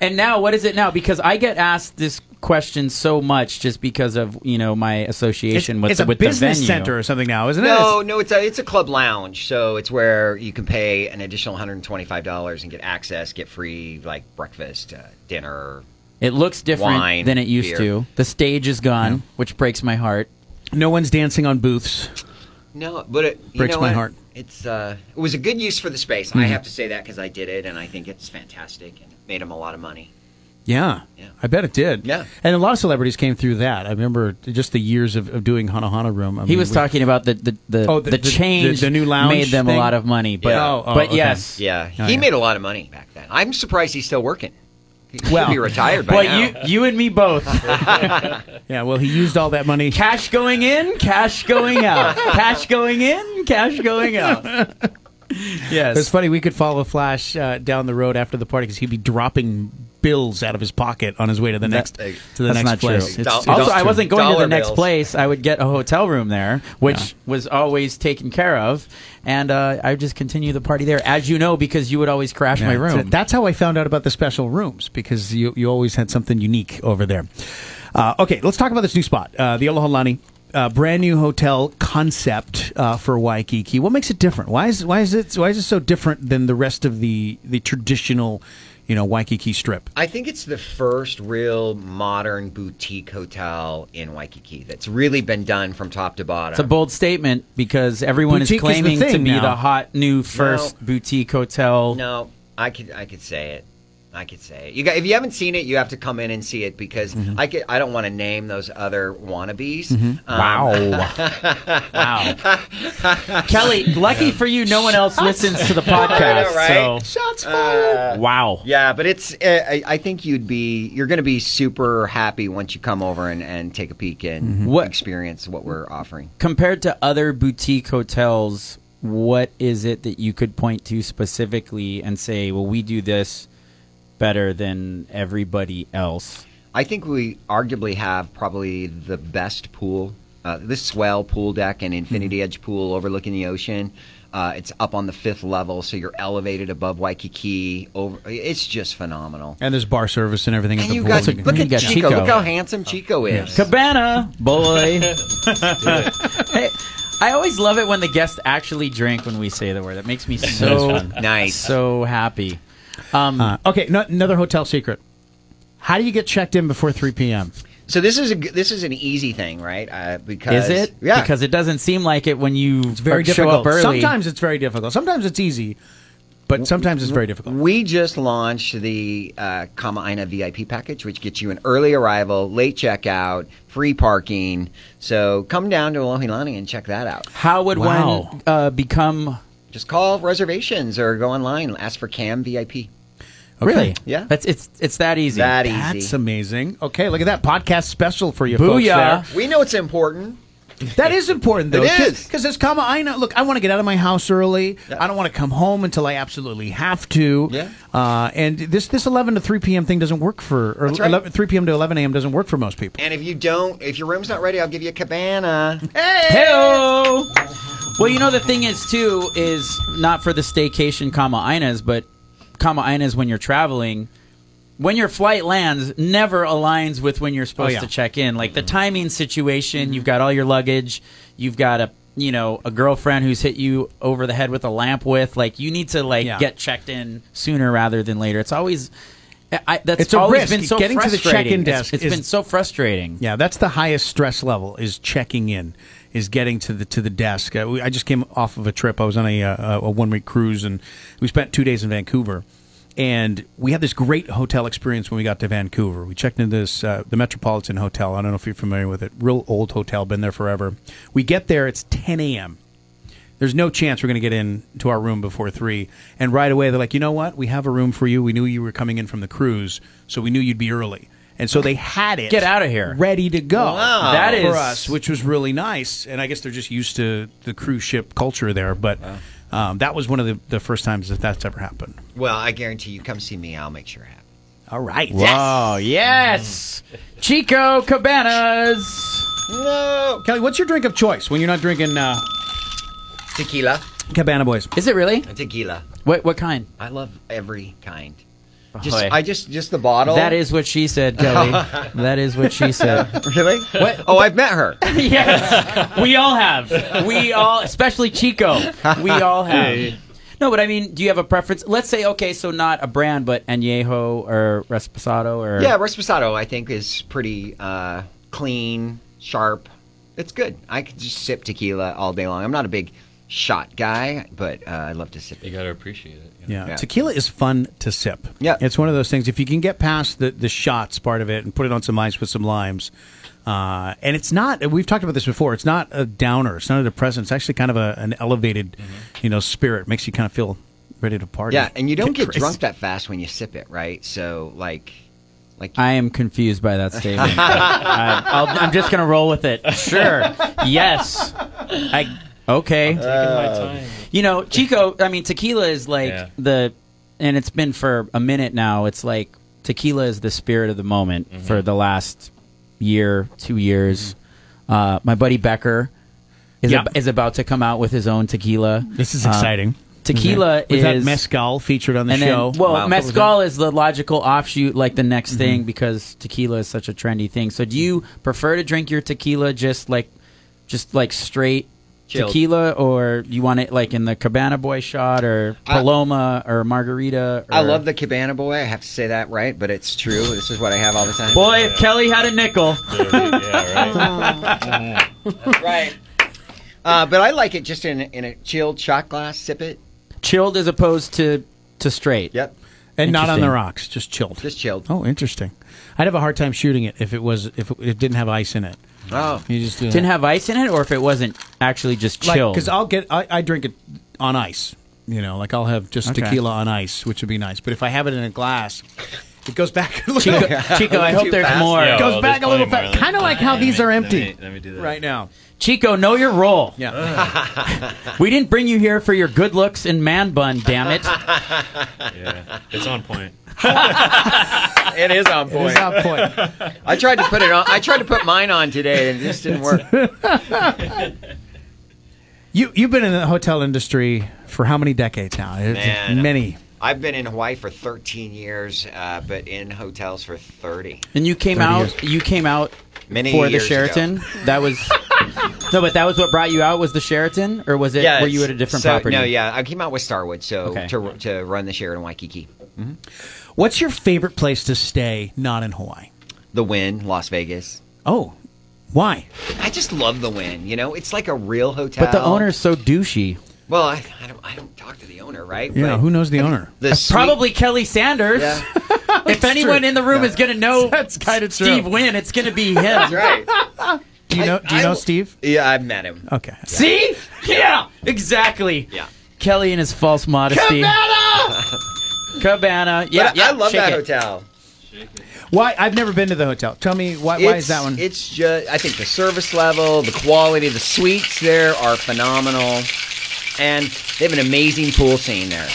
[SPEAKER 3] And now, what is it now? Because I get asked this question so much just because of you know my association with
[SPEAKER 2] it's
[SPEAKER 3] the,
[SPEAKER 2] a
[SPEAKER 3] with
[SPEAKER 2] business
[SPEAKER 3] the venue.
[SPEAKER 2] center or something now, isn't it?
[SPEAKER 4] No,
[SPEAKER 2] It's-
[SPEAKER 4] no, it's a it's a club lounge, so it's where you can pay an additional one hundred and twenty five dollars and get access, get free like breakfast, uh, dinner.
[SPEAKER 3] It looks different
[SPEAKER 4] Wine,
[SPEAKER 3] than it used
[SPEAKER 4] beer.
[SPEAKER 3] to. The stage is gone, which breaks my heart.
[SPEAKER 2] no one's dancing on booths.
[SPEAKER 4] No, but it you
[SPEAKER 2] Breaks
[SPEAKER 4] know
[SPEAKER 2] my
[SPEAKER 4] what?
[SPEAKER 2] heart. Mm-hmm.
[SPEAKER 4] It's uh, it was a good use for the space. I have to say that because I did it, and I think it's fantastic, and it made them a lot of money.
[SPEAKER 2] Yeah.
[SPEAKER 4] Yeah.
[SPEAKER 2] I bet it did.
[SPEAKER 4] Yeah.
[SPEAKER 2] And a lot of celebrities came through that. I remember just the years of, of doing Hana Hana Room. I
[SPEAKER 3] He
[SPEAKER 2] mean,
[SPEAKER 3] was
[SPEAKER 2] we-
[SPEAKER 3] talking about the the the,
[SPEAKER 2] Oh, the-
[SPEAKER 3] the
[SPEAKER 2] the-
[SPEAKER 3] change
[SPEAKER 2] the- the new lounge
[SPEAKER 3] made them
[SPEAKER 2] thing?
[SPEAKER 3] a lot of money. But
[SPEAKER 4] Yeah.
[SPEAKER 2] Oh, oh,
[SPEAKER 3] but
[SPEAKER 2] okay.
[SPEAKER 3] yes,
[SPEAKER 4] Yeah,
[SPEAKER 2] Oh,
[SPEAKER 4] he
[SPEAKER 2] yeah.
[SPEAKER 4] made a lot of money back then. I'm surprised he's still working. He should
[SPEAKER 2] Well-
[SPEAKER 4] be retired by
[SPEAKER 3] Well,
[SPEAKER 4] now.
[SPEAKER 3] you you and me both.
[SPEAKER 2] Yeah, well, he used all that money.
[SPEAKER 3] cash going in, cash going out. cash going in, cash going out. Yes.
[SPEAKER 2] It's funny, we could follow Flash uh, down the road after the party because he'd be dropping bills out of his pocket on his way to the next to the
[SPEAKER 3] That's
[SPEAKER 2] next
[SPEAKER 3] not
[SPEAKER 2] place.
[SPEAKER 3] true.
[SPEAKER 2] It's-
[SPEAKER 4] Doll-
[SPEAKER 2] it's
[SPEAKER 3] also,
[SPEAKER 4] That's
[SPEAKER 3] I
[SPEAKER 2] true.
[SPEAKER 3] wasn't going to
[SPEAKER 4] Dollar
[SPEAKER 3] the next
[SPEAKER 4] bills.
[SPEAKER 3] place. I would get a hotel room there, which was always taken care of, and uh, I would just continue the party there, as you know, because you would always crash my
[SPEAKER 2] Yeah, so
[SPEAKER 3] room.
[SPEAKER 2] That's how I found out about the special rooms because you, you always had something unique over there. Uh, okay, let's talk about this new spot, uh, the Oloholani. Uh, brand new hotel concept uh, for Waikiki. What makes it different? Why is why is it why is it so different than the rest of the the traditional, you know, Waikiki Strip?
[SPEAKER 4] I think it's the first real modern boutique hotel in Waikiki that's really been done from top to bottom.
[SPEAKER 3] it's a bold statement because everyone
[SPEAKER 2] Boutique
[SPEAKER 3] is
[SPEAKER 2] is the
[SPEAKER 3] claiming to
[SPEAKER 2] thing
[SPEAKER 3] be
[SPEAKER 2] now.
[SPEAKER 3] the hot new first
[SPEAKER 4] No.
[SPEAKER 3] boutique hotel.
[SPEAKER 4] no, I could I could say it. I could say you got, if you haven't seen it, you have to come in and see it because
[SPEAKER 3] Mm-hmm.
[SPEAKER 4] I could, I don't want to name those other wannabes. Um,
[SPEAKER 3] wow. wow. Kelly, lucky for you, no one else listens to the podcast.
[SPEAKER 4] right?
[SPEAKER 3] So,
[SPEAKER 4] Uh,
[SPEAKER 3] wow.
[SPEAKER 4] Yeah, but it's. Uh, I, I think you'd be. You're going to be super happy once you come over and, and take a peek and
[SPEAKER 3] Mm-hmm. What-
[SPEAKER 4] experience what we're offering.
[SPEAKER 3] Compared to other boutique hotels, what is it that you could point to specifically and say, well, we do this better than everybody else?
[SPEAKER 4] I think we arguably have probably the best pool. Uh, this swell pool deck and
[SPEAKER 3] Mm-hmm.
[SPEAKER 4] infinity edge pool overlooking the ocean. Uh, it's up on the fifth level, so you're elevated above Waikiki. Over, it's just phenomenal.
[SPEAKER 2] And there's bar service and everything. at
[SPEAKER 4] And
[SPEAKER 2] the
[SPEAKER 4] you
[SPEAKER 2] pool.
[SPEAKER 4] got look
[SPEAKER 3] you
[SPEAKER 4] at
[SPEAKER 3] got
[SPEAKER 4] Chico.
[SPEAKER 3] Chico. Oh,
[SPEAKER 4] Look how handsome Chico is.
[SPEAKER 3] Cabana, boy. hey, I always love it when the guests actually drink when we say the word. That makes me so
[SPEAKER 4] Nice.
[SPEAKER 3] so happy. Um,
[SPEAKER 2] Uh, okay, no, another hotel secret. How do you get checked in before 3 p.m.?
[SPEAKER 4] So this is a g this is an easy thing, right? Uh, because
[SPEAKER 3] is it?
[SPEAKER 4] Yeah.
[SPEAKER 3] Because it doesn't seem like it when you
[SPEAKER 2] Very
[SPEAKER 3] show
[SPEAKER 2] difficult.
[SPEAKER 3] up early.
[SPEAKER 2] Sometimes it's very difficult. Sometimes it's easy,
[SPEAKER 4] Mm,
[SPEAKER 2] but sometimes it's very difficult.
[SPEAKER 4] We just launched the uh, Kamaaina VIP package, which gets you an early arrival, late checkout, free parking. So come down to Alohilani and check that out.
[SPEAKER 3] How would
[SPEAKER 2] Wow.
[SPEAKER 3] one uh, become?
[SPEAKER 4] Just call reservations or go online and ask for CAM VIP.
[SPEAKER 3] Really?
[SPEAKER 4] Yeah.
[SPEAKER 3] That's it's it's that easy.
[SPEAKER 4] mm. That easy.
[SPEAKER 2] That's amazing. Okay, look at that podcast special for you,
[SPEAKER 3] Booyah.
[SPEAKER 2] folks.
[SPEAKER 4] we know it's important.
[SPEAKER 2] There. That is important, though.
[SPEAKER 4] It is.
[SPEAKER 2] because it's comma. I know. Look, I want to get out of my house early. I don't want to come home until I absolutely have to.
[SPEAKER 4] Yeah.
[SPEAKER 2] Uh, and this this 11 to 3 p.m. thing doesn't work for or
[SPEAKER 4] That's right.
[SPEAKER 2] 11, 3 p.m. to 11 a.m. doesn't work for most people.
[SPEAKER 4] And if you don't, if your room's not ready, I'll give you a cabana.
[SPEAKER 3] Heyo. Well, you know the thing is too is not for the staycation, comma Inas, but comma Inas when you're traveling. When your flight lands, never aligns with when you're supposed
[SPEAKER 2] Oh, yeah. Mm-hmm.
[SPEAKER 3] to check in. Like the timing situation, you've got all your luggage, you've got a you know a girlfriend who's hit you over the head with a lamp with. Like you need to like
[SPEAKER 2] Yeah.
[SPEAKER 3] get checked in sooner rather than later. It's always I- I, that's
[SPEAKER 2] It's a
[SPEAKER 3] always
[SPEAKER 2] risk.
[SPEAKER 3] been so
[SPEAKER 2] Getting to the
[SPEAKER 3] frustrating.
[SPEAKER 2] check-in
[SPEAKER 3] It's-
[SPEAKER 2] desk
[SPEAKER 3] it's
[SPEAKER 2] is-
[SPEAKER 3] been so frustrating.
[SPEAKER 2] Yeah, that's the highest stress level is checking in, is getting to the to the desk. Uh, we, I just came off of a trip. I was on a uh, a one week cruise, and we spent two days in Vancouver. And we had this great hotel experience when we got to Vancouver. We checked into this uh, the Metropolitan Hotel. I don't know if you're familiar with it. Real old hotel, been there forever. We get there, it's 10 a.m. There's no chance we're going to get in to our room before three. And right away, they're like, you know what? We have a room for you. We knew you were coming in from the cruise, so we knew you'd be early. And so they had it.
[SPEAKER 3] Get outta here.
[SPEAKER 2] Ready to go.
[SPEAKER 4] Wow.
[SPEAKER 3] That
[SPEAKER 2] for
[SPEAKER 3] is-
[SPEAKER 2] us, which was really nice. And I guess they're just used to the cruise ship culture there. But um, that was one of the, the first times that that's ever happened.
[SPEAKER 4] Well, I guarantee you, come see me. I'll make sure it happens.
[SPEAKER 2] All right.
[SPEAKER 3] Wow, yes. Chico Cabanas.
[SPEAKER 4] No
[SPEAKER 2] Kelly, what's your drink of choice when you're not drinking uh,
[SPEAKER 4] tequila,
[SPEAKER 2] Cabana Boys?
[SPEAKER 3] Is it really?
[SPEAKER 4] tequila.
[SPEAKER 3] What what kind?
[SPEAKER 4] I love every kind. Just,
[SPEAKER 3] Ahoy.
[SPEAKER 4] I just, just the bottle.
[SPEAKER 3] That is what she said, Kelly. that is what she said.
[SPEAKER 4] really.
[SPEAKER 3] What-
[SPEAKER 4] Oh, I've met her.
[SPEAKER 3] yes. We all have. We all especially Chico. We all have. No, but I mean, do you have a preference? Let's say okay, so not a brand, but Añejo or Resposado or
[SPEAKER 4] Yeah, Resposado I think is pretty uh, clean, sharp. It's good. I could just sip tequila all day long. I'm not a big shot guy, but uh, I love to sip
[SPEAKER 5] You
[SPEAKER 4] it.
[SPEAKER 5] gotta appreciate it. you know?
[SPEAKER 2] Yeah.
[SPEAKER 4] Yeah.
[SPEAKER 2] Tequila is fun to sip.
[SPEAKER 4] Yeah.
[SPEAKER 2] It's one of those things, if you can get past the, the shots part of it and put it on some ice with some limes, uh, and it's not, we've talked about this before, it's not a downer, it's not a depressant, it's actually kind of a, an elevated, you know, spirit. Makes you kind of feel ready to party.
[SPEAKER 4] Mm-hmm. Yeah, and you don't get
[SPEAKER 2] crazy.
[SPEAKER 4] drunk that fast when you sip it, right? So like, like
[SPEAKER 3] I am confused by that statement. but I, I'll, I'm just gonna roll with it. Sure. Uh, Yes. I. Okay.
[SPEAKER 5] Uh,
[SPEAKER 3] You know, Chico. I mean, tequila is like
[SPEAKER 5] Yeah.
[SPEAKER 3] the, and it's been for a minute now. It's like tequila is the spirit of the moment
[SPEAKER 2] Mm-hmm.
[SPEAKER 3] for the last year, two years. Uh, my buddy Becker is
[SPEAKER 2] Mm-hmm. Yeah.
[SPEAKER 3] ab- is about to come out with his own tequila.
[SPEAKER 2] This is
[SPEAKER 3] Uh,
[SPEAKER 2] exciting.
[SPEAKER 3] tequila
[SPEAKER 2] We've
[SPEAKER 3] is
[SPEAKER 2] had mezcal featured on the
[SPEAKER 3] and
[SPEAKER 2] show.
[SPEAKER 3] Then, well,
[SPEAKER 4] Wow. Mm-hmm.
[SPEAKER 3] mezcal is the logical offshoot, like the next thing, because tequila is such a trendy thing. So, do you prefer to drink your tequila just like, just like straight
[SPEAKER 4] Chilled.
[SPEAKER 3] tequila, or you want it like in the Cabana Boy shot, or
[SPEAKER 4] I-
[SPEAKER 3] Paloma, or Margarita? Or...
[SPEAKER 4] I love the Cabana Boy. I have to say that, right? But it's true. This is what I have all the time.
[SPEAKER 3] boy. If Kelly had a nickel,
[SPEAKER 5] Yeah, yeah, right.
[SPEAKER 4] right. Uh, but I like it just in in a chilled shot glass. Sip it.
[SPEAKER 3] chilled as opposed to to straight.
[SPEAKER 4] Yep.
[SPEAKER 2] and not on
[SPEAKER 3] Interesting.
[SPEAKER 2] the rocks, just chilled.
[SPEAKER 4] Just chilled.
[SPEAKER 2] Oh, interesting. I'd have a hard time shooting it if it was if it, it didn't have ice in it.
[SPEAKER 4] Oh.
[SPEAKER 2] You just do
[SPEAKER 3] Didn't have ice in it, or if it wasn't actually just chilled.
[SPEAKER 2] because I'll get I, I drink it on ice. You know, like I'll have just
[SPEAKER 3] Okay.
[SPEAKER 2] tequila on ice, which would be nice. But if I have it in a glass, it goes back a little.
[SPEAKER 3] Chico, Chico, I
[SPEAKER 4] Too
[SPEAKER 3] hope there's
[SPEAKER 4] fast.
[SPEAKER 3] more.
[SPEAKER 5] Yeah,
[SPEAKER 2] goes
[SPEAKER 5] well,
[SPEAKER 2] back
[SPEAKER 5] there's
[SPEAKER 2] a little
[SPEAKER 5] plenty
[SPEAKER 2] fa-
[SPEAKER 5] more.
[SPEAKER 2] kinda like how
[SPEAKER 5] Let me-
[SPEAKER 2] these are
[SPEAKER 5] let
[SPEAKER 2] empty.
[SPEAKER 5] me- Let me do that.
[SPEAKER 2] right now.
[SPEAKER 3] Chico, know your role.
[SPEAKER 2] Yeah.
[SPEAKER 3] We didn't bring you here for your good looks and man bun. Damn it.
[SPEAKER 5] Yeah, it's on point.
[SPEAKER 4] It is on
[SPEAKER 2] It is
[SPEAKER 4] point.
[SPEAKER 2] on point.
[SPEAKER 4] I tried to put it on. I tried to put mine on today, and it just didn't work.
[SPEAKER 2] You you've been in the hotel industry for how many decades now? It's
[SPEAKER 4] Man.
[SPEAKER 2] Many.
[SPEAKER 4] I've been in Hawaii for 13 years, uh, but in hotels for 30.
[SPEAKER 3] And you came
[SPEAKER 2] 30
[SPEAKER 3] out. You came out
[SPEAKER 4] Many
[SPEAKER 3] for the
[SPEAKER 4] years ago.
[SPEAKER 3] Sheraton. That was no, but that was what brought you out. Was the Sheraton, or was it? were you
[SPEAKER 4] it's-
[SPEAKER 3] at a different
[SPEAKER 4] so-
[SPEAKER 3] property?
[SPEAKER 4] No, yeah, I came out with Starwood, so
[SPEAKER 3] Okay.
[SPEAKER 4] to, to run the Sheraton Waikiki,
[SPEAKER 2] What's your favorite place to stay not in Hawaii?
[SPEAKER 4] the Win, Las Vegas.
[SPEAKER 2] Oh, why?
[SPEAKER 4] I just love the Win. You know, it's like a real hotel.
[SPEAKER 3] But the owner's so douchey.
[SPEAKER 4] Well, I, I don't. I don't talk to the owner, right?
[SPEAKER 2] Yeah,
[SPEAKER 4] But
[SPEAKER 2] who knows the owner?
[SPEAKER 4] The suite-
[SPEAKER 3] Probably Kelly Sanders.
[SPEAKER 4] Yeah.
[SPEAKER 3] if anyone in the room is going to know
[SPEAKER 2] That's kinda true.
[SPEAKER 3] Steve Wynn, it's going to be him.
[SPEAKER 4] That's right.
[SPEAKER 2] Do you know do you
[SPEAKER 4] I-
[SPEAKER 2] know
[SPEAKER 4] I-
[SPEAKER 2] Steve?
[SPEAKER 4] Yeah, I've met him.
[SPEAKER 2] Okay.
[SPEAKER 3] See? Yeah, exactly.
[SPEAKER 4] Yeah.
[SPEAKER 3] Kelly and his false modesty. Cabana. Cabana. Yeah,
[SPEAKER 4] But I-
[SPEAKER 3] yeah.
[SPEAKER 4] I love
[SPEAKER 3] shake
[SPEAKER 4] that
[SPEAKER 3] it.
[SPEAKER 4] hotel.
[SPEAKER 2] Why I've never been to the hotel. Tell me why why is
[SPEAKER 4] It's-
[SPEAKER 2] that one?
[SPEAKER 4] It's just I think the service level, the quality, the suites there are phenomenal, and they have an amazing pool scene there.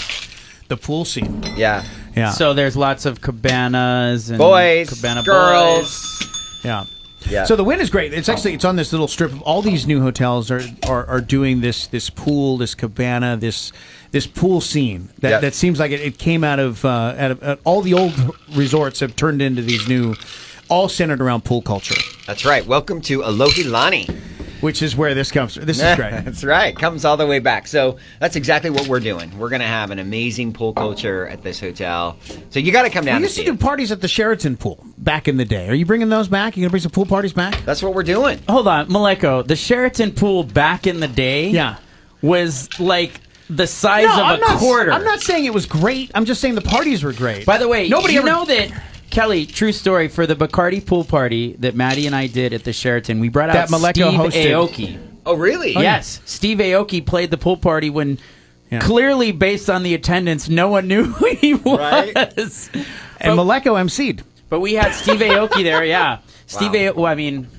[SPEAKER 2] the pool scene.
[SPEAKER 4] Yeah,
[SPEAKER 2] Yeah.
[SPEAKER 3] So there's lots of cabanas and
[SPEAKER 4] boys,
[SPEAKER 3] cabana boys.
[SPEAKER 4] girls.
[SPEAKER 2] yeah.
[SPEAKER 4] Yeah.
[SPEAKER 2] So the wind is great. It's actually it's on this little strip. of All these new hotels are are, are doing this this pool, this cabana, this this pool scene that,
[SPEAKER 4] Yeah.
[SPEAKER 2] that seems like it, it came out of, uh, out of uh, all the old resorts have turned into these new, all centered around pool culture,
[SPEAKER 4] That's right. Welcome to Alohilani.
[SPEAKER 2] which is where this comes. from. This is great.
[SPEAKER 4] that's right. Comes all the way back. So that's exactly what we're doing. We're gonna have an amazing pool culture at this hotel. So you got to come down.
[SPEAKER 2] We
[SPEAKER 4] and
[SPEAKER 2] used to
[SPEAKER 4] see
[SPEAKER 2] do
[SPEAKER 4] it.
[SPEAKER 2] parties at the Sheraton pool back in the day. Are you bringing those back? You gonna bring some pool parties back?
[SPEAKER 4] That's what we're doing.
[SPEAKER 3] Hold on, Maleko. The Sheraton pool back in the day,
[SPEAKER 2] Yeah.
[SPEAKER 3] was like the size
[SPEAKER 2] No,
[SPEAKER 3] of
[SPEAKER 2] I'm
[SPEAKER 3] a
[SPEAKER 2] not,
[SPEAKER 3] quarter.
[SPEAKER 2] I'm not saying it was great. I'm just saying the parties were great.
[SPEAKER 3] By the way,
[SPEAKER 2] nobody
[SPEAKER 3] you
[SPEAKER 2] ever
[SPEAKER 3] know that Kelly. True story for the Bacardi pool party that Maddie and I did at the Sheraton. We brought
[SPEAKER 2] That
[SPEAKER 3] out
[SPEAKER 2] Maleko
[SPEAKER 3] Steve
[SPEAKER 2] hosted.
[SPEAKER 3] Aoki.
[SPEAKER 4] Oh, really?
[SPEAKER 3] yes, Steve Aoki played the pool party when. Clearly, based on the attendance, no one knew who he was.
[SPEAKER 4] Right.
[SPEAKER 2] and Maleko emceed.
[SPEAKER 3] But we had Steve Aoki there. Yeah, Steve. Aoki, well, I mean,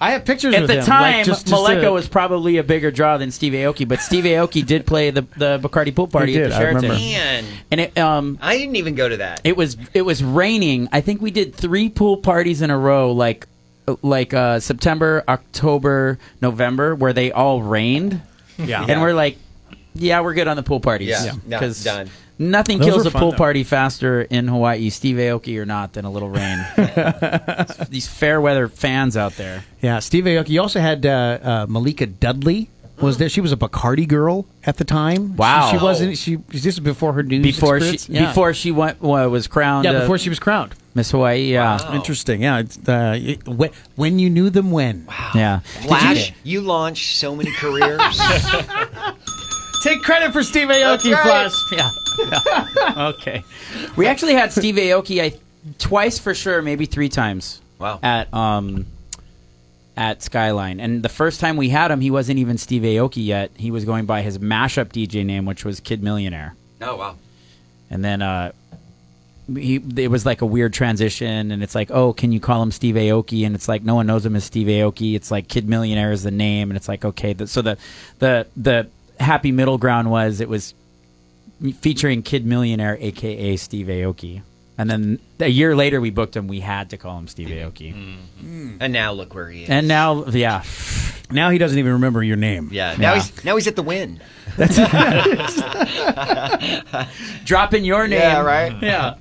[SPEAKER 2] I have pictures
[SPEAKER 3] At
[SPEAKER 2] with
[SPEAKER 3] the
[SPEAKER 2] him, like,
[SPEAKER 3] time,
[SPEAKER 2] just- just
[SPEAKER 3] Maleko
[SPEAKER 2] to-
[SPEAKER 3] was probably a bigger draw than Steve Aoki, but Steve Aoki did play the, the Bacardi pool party
[SPEAKER 2] He
[SPEAKER 3] at
[SPEAKER 2] did,
[SPEAKER 3] the
[SPEAKER 2] I
[SPEAKER 3] Sheraton.
[SPEAKER 2] remember.
[SPEAKER 4] Man,
[SPEAKER 3] And it um
[SPEAKER 4] I didn't even go to that.
[SPEAKER 3] it was it was raining. I think we did three pool parties in a row, like like uh, September, October, November, where they all rained,
[SPEAKER 2] Yeah.
[SPEAKER 3] and we're like, yeah, we're good on the pool parties.
[SPEAKER 4] Yeah. Yeah. No, done.
[SPEAKER 3] nothing
[SPEAKER 2] Those
[SPEAKER 3] kills
[SPEAKER 2] were
[SPEAKER 3] a
[SPEAKER 2] fun,
[SPEAKER 3] pool
[SPEAKER 2] though.
[SPEAKER 3] party faster in Hawaii, Steve Aoki or not, than a little rain. These fair weather fans out there.
[SPEAKER 2] yeah, Steve Aoki. You also had uh, uh, Malika Dudley. Was there? She was a Bacardi girl at the time.
[SPEAKER 3] Wow.
[SPEAKER 2] she, she wasn't. She this is before her news
[SPEAKER 3] before she
[SPEAKER 2] experience. Yeah.
[SPEAKER 3] before she went wa- was crowned
[SPEAKER 2] yeah
[SPEAKER 3] uh,
[SPEAKER 2] before she was crowned.
[SPEAKER 3] Miss Hawaii. Yeah,
[SPEAKER 4] Wow.
[SPEAKER 2] Interesting. Yeah, it's, uh, it- when, when you knew them when. Wow.
[SPEAKER 3] yeah.
[SPEAKER 4] Flash, you launched so many careers. Oh,
[SPEAKER 2] Take credit for Steve Aoki,
[SPEAKER 4] right.
[SPEAKER 3] Yeah. okay. We actually had Steve Aoki I, twice for sure, maybe three times.
[SPEAKER 4] Wow.
[SPEAKER 3] At um at Skyline, and the first time we had him, he wasn't even Steve Aoki yet. He was going by his mashup DJ name, which was Kid Millionaire.
[SPEAKER 4] oh wow.
[SPEAKER 3] and then uh he, it was like a weird transition, and it's like, oh, can you call him Steve Aoki? And it's like, no one knows him as Steve Aoki. It's like Kid Millionaire is the name, and it's like, okay. The, so the the the happy middle ground was it was featuring Kid Millionaire, aka Steve Aoki. And then a year later, we booked him. We had to call him Steve Aoki.
[SPEAKER 4] And now look where he is.
[SPEAKER 3] And now, yeah,
[SPEAKER 2] Now he doesn't even remember your name.
[SPEAKER 4] yeah, now
[SPEAKER 3] Yeah.
[SPEAKER 4] he's now he's at the win.
[SPEAKER 3] dropping your name.
[SPEAKER 4] Yeah, right.
[SPEAKER 3] Yeah.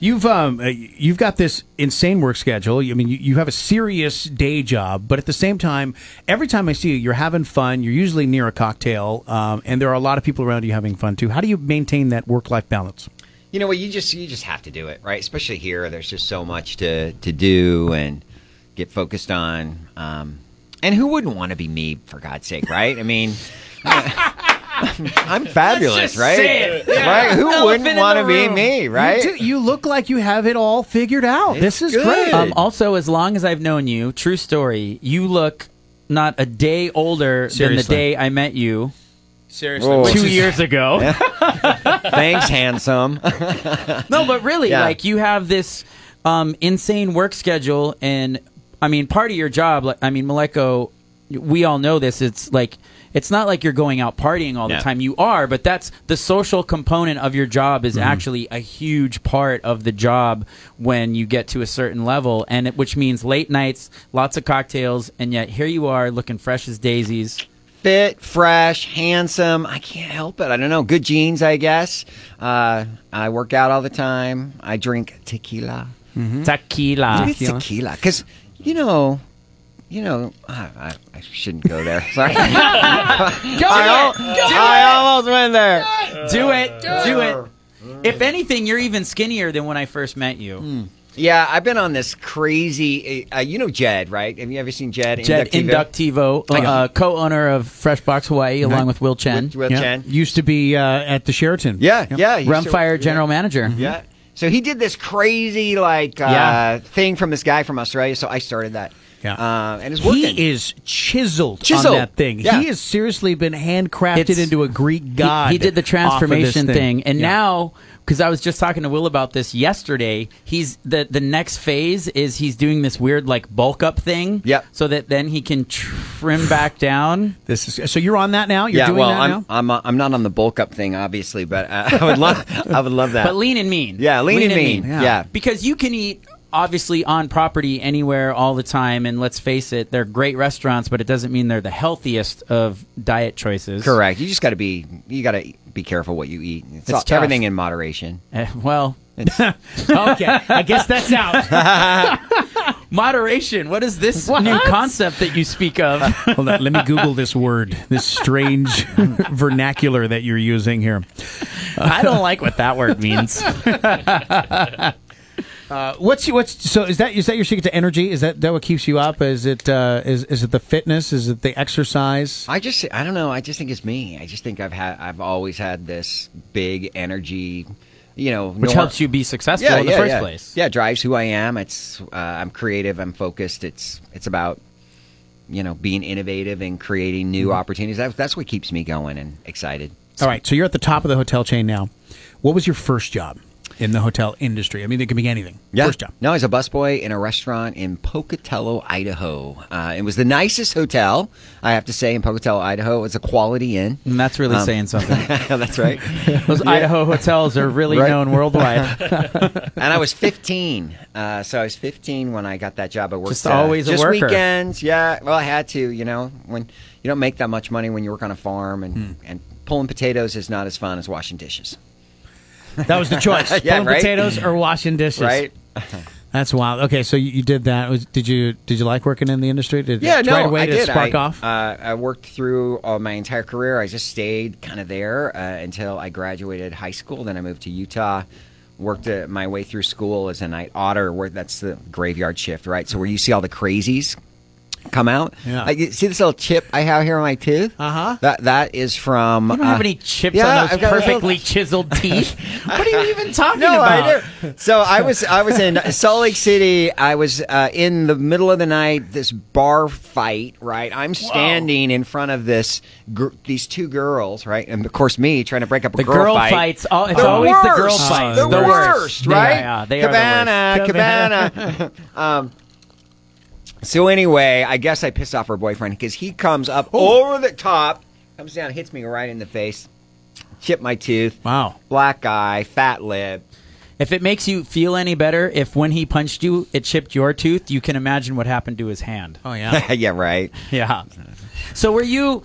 [SPEAKER 2] You've um uh, you've got this insane work schedule. I mean, you, you have a serious day job, but at the same time, every time I see you, you're having fun. You're usually near a cocktail, um, and there are a lot of people around you having fun too. How do you maintain that work life balance?
[SPEAKER 4] You know what? You just you just have to do it, right? Especially here, there's just so much to to do and get focused on. Um, and who wouldn't want to be me, for God's sake, right? I mean, I'm fabulous,
[SPEAKER 3] just
[SPEAKER 4] right?
[SPEAKER 3] say it.
[SPEAKER 4] Right? Who
[SPEAKER 3] Elephant in
[SPEAKER 4] wouldn't
[SPEAKER 3] the
[SPEAKER 4] want to be
[SPEAKER 3] room.
[SPEAKER 4] me, right?
[SPEAKER 2] You, do- you look like you have it all figured out. this is
[SPEAKER 4] It's good.
[SPEAKER 2] great.
[SPEAKER 3] Um, also, as long as I've known you, true story, you look not a day older than the
[SPEAKER 2] Seriously.
[SPEAKER 3] day I met you
[SPEAKER 2] Seriously,
[SPEAKER 4] Whoa. which
[SPEAKER 3] two years ago.
[SPEAKER 4] Thanks, handsome.
[SPEAKER 3] No, but really,
[SPEAKER 4] Yeah.
[SPEAKER 3] like you have this um, insane work schedule, and I mean, part of your job. Like, I mean, Maleko, we all know this. It's like it's not like you're going out partying all the
[SPEAKER 4] Yeah.
[SPEAKER 3] time. You are, but that's the social component of your job
[SPEAKER 4] Mm-hmm.
[SPEAKER 3] is actually a huge part of the job when you get to a certain level, and it, which means late nights, lots of cocktails, and yet here you are looking fresh as daisies.
[SPEAKER 4] Fit, fresh, handsome. I can't help it. I don't know. Good genes, I guess. Uh, I work out all the time. I drink tequila.
[SPEAKER 3] Tequila.
[SPEAKER 4] Maybe it's Mm-hmm. tequila because you know, you know. I, I, I shouldn't go there. Sorry. I, al- I almost went there.
[SPEAKER 3] Do it. Do it.
[SPEAKER 4] Mm.
[SPEAKER 3] If anything, you're even skinnier than when I first met you.
[SPEAKER 4] Yeah, I've been on this crazy. Uh, you know Jed, right? Have you ever seen Jed?
[SPEAKER 3] Jed
[SPEAKER 4] Inductivo?
[SPEAKER 3] Inductivo, uh,
[SPEAKER 4] I got-
[SPEAKER 3] uh, co-owner of Freshbox Hawaii, along with Will Chen.
[SPEAKER 4] With- with
[SPEAKER 2] Yeah.
[SPEAKER 4] Chen.
[SPEAKER 2] Used to be uh, at the Sheraton.
[SPEAKER 4] Yeah, yeah. he used to-
[SPEAKER 3] Rumfire
[SPEAKER 4] yeah.
[SPEAKER 3] general manager.
[SPEAKER 4] Yeah. So he did this crazy like uh,
[SPEAKER 3] Yeah.
[SPEAKER 4] thing from this guy from Australia. So I started that.
[SPEAKER 2] Yeah.
[SPEAKER 4] Uh, and it's working.
[SPEAKER 2] He is chiseled,
[SPEAKER 4] Chiseled.
[SPEAKER 2] on that thing.
[SPEAKER 4] Yeah.
[SPEAKER 2] He has seriously been handcrafted
[SPEAKER 3] It's-
[SPEAKER 2] into a Greek god.
[SPEAKER 3] He, he did
[SPEAKER 2] off
[SPEAKER 3] the
[SPEAKER 2] of this
[SPEAKER 3] transformation thing. and
[SPEAKER 2] Yeah.
[SPEAKER 3] now because I was just talking to Will about this yesterday, he's the the next phase is he's doing this weird like bulk up thing,
[SPEAKER 4] Yep.
[SPEAKER 3] so that then he can trim back down.
[SPEAKER 2] this is so you're on that now. You're
[SPEAKER 4] yeah.
[SPEAKER 2] doing
[SPEAKER 4] Well,
[SPEAKER 2] that
[SPEAKER 4] I'm
[SPEAKER 2] now.
[SPEAKER 4] I'm uh, I'm not on the bulk up thing, obviously, but uh, I would love I would love that.
[SPEAKER 3] But lean and mean.
[SPEAKER 4] Uh, yeah, lean, and mean. Yeah.
[SPEAKER 3] because you can eat obviously on property anywhere all the time and let's face it they're great restaurants but it doesn't mean they're the healthiest of diet choices
[SPEAKER 4] Correct. You just got to be you got to be careful what you eat. It's, all-
[SPEAKER 3] tough.
[SPEAKER 4] everything in moderation.
[SPEAKER 3] Eh, well
[SPEAKER 2] okay, I guess that's out.
[SPEAKER 3] moderation what is this new concept that you speak of
[SPEAKER 2] Hold on, let me Google this word, this strange vernacular that you're using here.
[SPEAKER 3] i don't like what that word means
[SPEAKER 2] Uh, what's your- what's so is that is that your secret to energy? Is that that what keeps you up? Is it uh, is is it the fitness? Is it the exercise?
[SPEAKER 4] I just I don't know. I just think it's me. I just think I've had I've always had this big energy, you know,
[SPEAKER 3] which helps you be successful in the first
[SPEAKER 4] yeah.
[SPEAKER 3] place
[SPEAKER 4] Yeah, it drives who I am. It's uh, I'm creative. I'm focused. It's it's about you know being innovative and creating new opportunities. That, that's what keeps me going and excited.
[SPEAKER 2] All right, so you're at the top of the hotel chain now. What was your first job in the hotel industry? I mean, it could be anything. First job.
[SPEAKER 4] No, I was a busboy in a restaurant in Pocatello, Idaho. Uh, it was the nicest hotel I have to say in Pocatello, Idaho. It was a Quality Inn.
[SPEAKER 3] and that's really
[SPEAKER 4] Um,
[SPEAKER 3] saying something
[SPEAKER 4] that's right.
[SPEAKER 3] those idaho hotels are really
[SPEAKER 4] Right.
[SPEAKER 3] known worldwide
[SPEAKER 4] and I was 15. Uh, so I was 15 when I got that job. I worked
[SPEAKER 3] Just
[SPEAKER 4] uh,
[SPEAKER 3] always a
[SPEAKER 4] just
[SPEAKER 3] worker.
[SPEAKER 4] weekends. Yeah. Well, I had to. You know, when you don't make that much money when you work on a farm, and and pulling potatoes is not as fun as washing dishes,
[SPEAKER 2] That was the choice:
[SPEAKER 4] Yeah,
[SPEAKER 2] pulling
[SPEAKER 4] right?
[SPEAKER 2] potatoes or washing dishes.
[SPEAKER 4] right?
[SPEAKER 2] That's wild. Okay, so you, you did that. Was, did you did you like working in the industry? Did
[SPEAKER 4] Yeah,
[SPEAKER 2] it
[SPEAKER 4] no,
[SPEAKER 2] right away
[SPEAKER 4] I
[SPEAKER 2] to
[SPEAKER 4] did.
[SPEAKER 2] spark
[SPEAKER 4] I,
[SPEAKER 2] off?
[SPEAKER 4] Uh, I worked through all my entire career. I just stayed kind of there uh, until I graduated high school. Then I moved to Utah. Worked uh, my way through school as a night otter. Where that's the graveyard shift, right? So where you see all the crazies come out.
[SPEAKER 2] Yeah.
[SPEAKER 4] Like, you see this little chip I have here on my tooth. Uh
[SPEAKER 2] Uh-huh.
[SPEAKER 4] That that is from. uh,
[SPEAKER 3] you don't have any chips
[SPEAKER 4] Ah. yeah,
[SPEAKER 3] on
[SPEAKER 4] I've
[SPEAKER 3] those
[SPEAKER 4] got a little-
[SPEAKER 3] perfectly chiseled teeth what are you even talking
[SPEAKER 4] no,
[SPEAKER 3] about
[SPEAKER 4] I do. So I was I was in Salt Lake City. I was uh, in the middle of the night. This bar fight, right? I'm standing in front of this gr- these two girls, right? And of course, me trying to break up a
[SPEAKER 3] The girl, fights. All, it's
[SPEAKER 4] The
[SPEAKER 3] always the girl
[SPEAKER 4] worst.
[SPEAKER 3] fights.
[SPEAKER 4] The,
[SPEAKER 3] the
[SPEAKER 4] worst, right?
[SPEAKER 3] Yeah, yeah, they
[SPEAKER 4] Cabana,
[SPEAKER 3] are the worst.
[SPEAKER 4] Cabana. um, so anyway, I guess I pissed off her boyfriend because he comes up over the top, comes down, hits me right in the face, chip my tooth.
[SPEAKER 2] Wow.
[SPEAKER 4] Black eye, fat lip.
[SPEAKER 3] If it makes you feel any better, if when he punched you, it chipped your tooth, you can imagine what happened to his hand.
[SPEAKER 2] Oh yeah.
[SPEAKER 4] yeah, right.
[SPEAKER 3] Yeah. So were you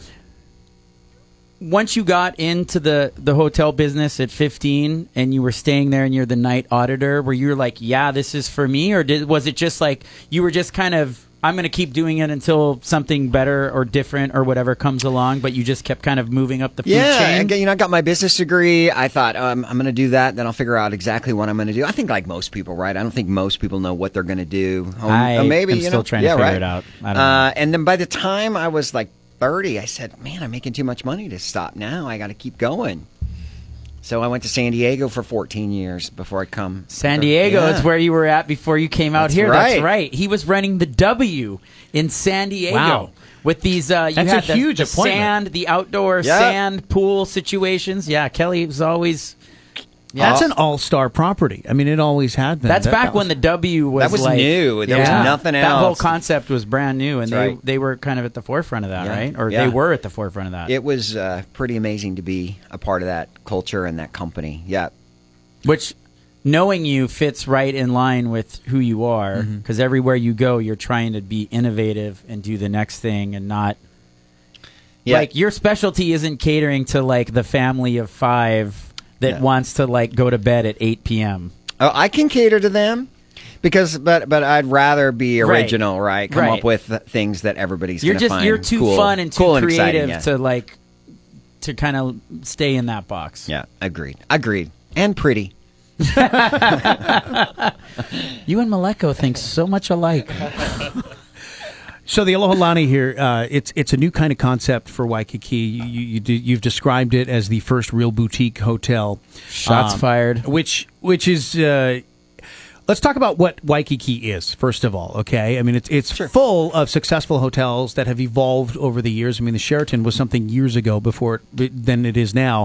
[SPEAKER 3] once you got into the the hotel business at 15 and you were staying there and you're the night auditor, were you like, "Yeah, this is for me," or did was it just like you were just kind of I'm going to keep doing it until something better or different or whatever comes along, but you just kept kind of moving up the food
[SPEAKER 4] Yeah,
[SPEAKER 3] chain.
[SPEAKER 4] again, you know, I got my business degree. I thought um, I'm going to do that, then I'll figure out exactly what I'm going to do. I think, like most people, right? I don't think most people know what they're going to do. Um,
[SPEAKER 3] I
[SPEAKER 4] uh, maybe
[SPEAKER 3] am
[SPEAKER 4] you
[SPEAKER 3] still
[SPEAKER 4] know,
[SPEAKER 3] trying to
[SPEAKER 4] yeah,
[SPEAKER 3] figure
[SPEAKER 4] right.
[SPEAKER 3] it out. I don't
[SPEAKER 4] uh,
[SPEAKER 3] know.
[SPEAKER 4] And then by the time I was like 30, I said, man, I'm making too much money to stop now. I got to keep going. So I went to San Diego for 14 years before I come.
[SPEAKER 3] San Diego
[SPEAKER 4] Yeah.
[SPEAKER 3] is where you were at before you came out
[SPEAKER 4] That's
[SPEAKER 3] here. That's
[SPEAKER 4] right.
[SPEAKER 3] right. He was running the W in San Diego.
[SPEAKER 2] Wow.
[SPEAKER 3] With these, uh, you
[SPEAKER 2] That's
[SPEAKER 3] had
[SPEAKER 2] a
[SPEAKER 3] the,
[SPEAKER 2] huge
[SPEAKER 3] the
[SPEAKER 2] appointment.
[SPEAKER 3] sand, the outdoor
[SPEAKER 4] Yeah.
[SPEAKER 3] sand pool situations. Yeah, Kelly was always. Yeah,
[SPEAKER 2] That's an all-star property. I mean, it always had been.
[SPEAKER 3] that's
[SPEAKER 2] That-
[SPEAKER 3] back
[SPEAKER 2] that
[SPEAKER 3] when the
[SPEAKER 2] was-
[SPEAKER 3] W was
[SPEAKER 4] That was
[SPEAKER 3] like-
[SPEAKER 4] new. There was nothing
[SPEAKER 3] That whole
[SPEAKER 4] else.
[SPEAKER 3] concept was brand new, and
[SPEAKER 4] That's
[SPEAKER 3] they
[SPEAKER 4] right.
[SPEAKER 3] they were kind of at the forefront of that,
[SPEAKER 4] Yeah.
[SPEAKER 3] right? Or
[SPEAKER 4] Yeah.
[SPEAKER 3] they were at the forefront of that.
[SPEAKER 4] It was uh, pretty amazing to be a part of that culture and that company. Yeah.
[SPEAKER 3] which knowing you fits right in line with who you are because everywhere you go you're trying to be innovative and do the next thing and not
[SPEAKER 4] Yeah.
[SPEAKER 3] like your specialty isn't catering to like the family of five that
[SPEAKER 4] Yeah.
[SPEAKER 3] wants to like go to bed at 8 p.m
[SPEAKER 4] Oh, I can cater to them because, but but I'd rather be
[SPEAKER 3] Right.
[SPEAKER 4] original, right? Come
[SPEAKER 3] Right.
[SPEAKER 4] up with th- things that everybody's.
[SPEAKER 3] you're
[SPEAKER 4] gonna
[SPEAKER 3] just
[SPEAKER 4] find
[SPEAKER 3] you're too
[SPEAKER 4] cool-
[SPEAKER 3] fun and too
[SPEAKER 4] cool
[SPEAKER 3] creative
[SPEAKER 4] exciting, yeah.
[SPEAKER 3] to like to kind of stay in that box
[SPEAKER 4] Yeah, agreed, agreed, and pretty.
[SPEAKER 3] you and maleko think so much alike
[SPEAKER 2] So the Aloha Lani here, uh, it's it's a new kind of concept for Waikiki. You, you, you do- you've described it as the first real boutique hotel.
[SPEAKER 3] Shots fired.
[SPEAKER 2] Which which is. Uh, Let's talk about what Waikiki is first of all, okay? I mean, it's it's full of successful hotels that have evolved over the years. I mean, the Sheraton was something years ago before it, than it is now.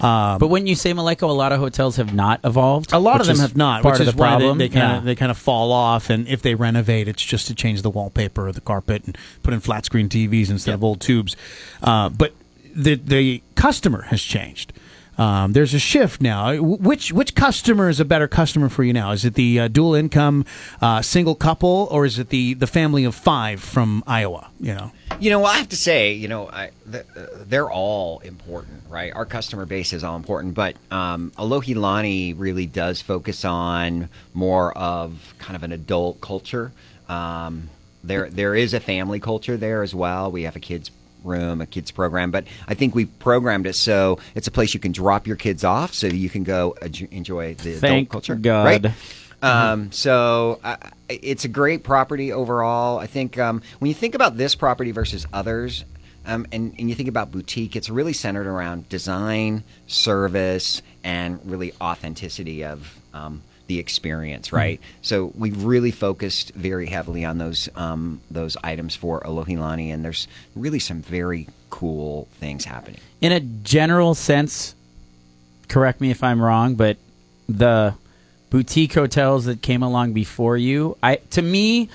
[SPEAKER 2] Um,
[SPEAKER 3] but when you say maleko a lot of hotels have not evolved
[SPEAKER 2] a lot of
[SPEAKER 3] which
[SPEAKER 2] them
[SPEAKER 3] is
[SPEAKER 2] have not,
[SPEAKER 3] part
[SPEAKER 2] which
[SPEAKER 3] of
[SPEAKER 2] is
[SPEAKER 3] the
[SPEAKER 2] why they-
[SPEAKER 3] problem
[SPEAKER 2] They kind
[SPEAKER 3] Yeah.
[SPEAKER 2] of they kind of fall off, and if they renovate, it's just to change the wallpaper or the carpet and put in flat screen TVs instead of old tubes. Uh, but the the customer has changed. Um, there's a shift now. Wh- Which which customer is a better customer for you now? Is it the uh, dual income uh, single couple, or is it the the family of five from Iowa? You know,
[SPEAKER 4] You know, I have to say, you know, I, th- uh, they're all important, right? Our customer base is all important, but um, Alohi Lani really does focus on more of kind of an adult culture. Um, there, there is a family culture there as well. We have a kids room, a kids program, but I think we programmed it so it's a place you can drop your kids off, so you can go enj- enjoy the
[SPEAKER 3] Thank
[SPEAKER 4] adult culture.
[SPEAKER 3] God.
[SPEAKER 4] Right? Um, so uh, it's a great property overall. I think um, when you think about this property versus others, um, and, and you think about boutique, it's really centered around design, service, and really authenticity of um, the experience,
[SPEAKER 3] Mm-hmm.
[SPEAKER 4] right? So we really focused very heavily on those um, those items for Alohilani, and there's really some very cool things happening.
[SPEAKER 3] in a general sense, correct me if I'm wrong, but the boutique hotels that came along before you, I to me,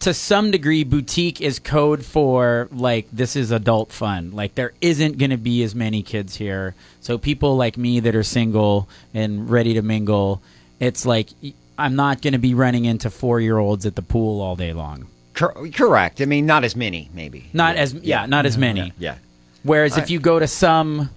[SPEAKER 3] to some degree, boutique is code for like this is adult fun. Like there isn't going to be as many kids here, so people like me that are single and ready to mingle, it's like y- I'm not going to be running into four year olds at the pool all day long.
[SPEAKER 4] Cor- correct. I mean, not as many, maybe.
[SPEAKER 3] Not as yeah, not as many.
[SPEAKER 4] yeah.
[SPEAKER 3] Whereas if you go to some,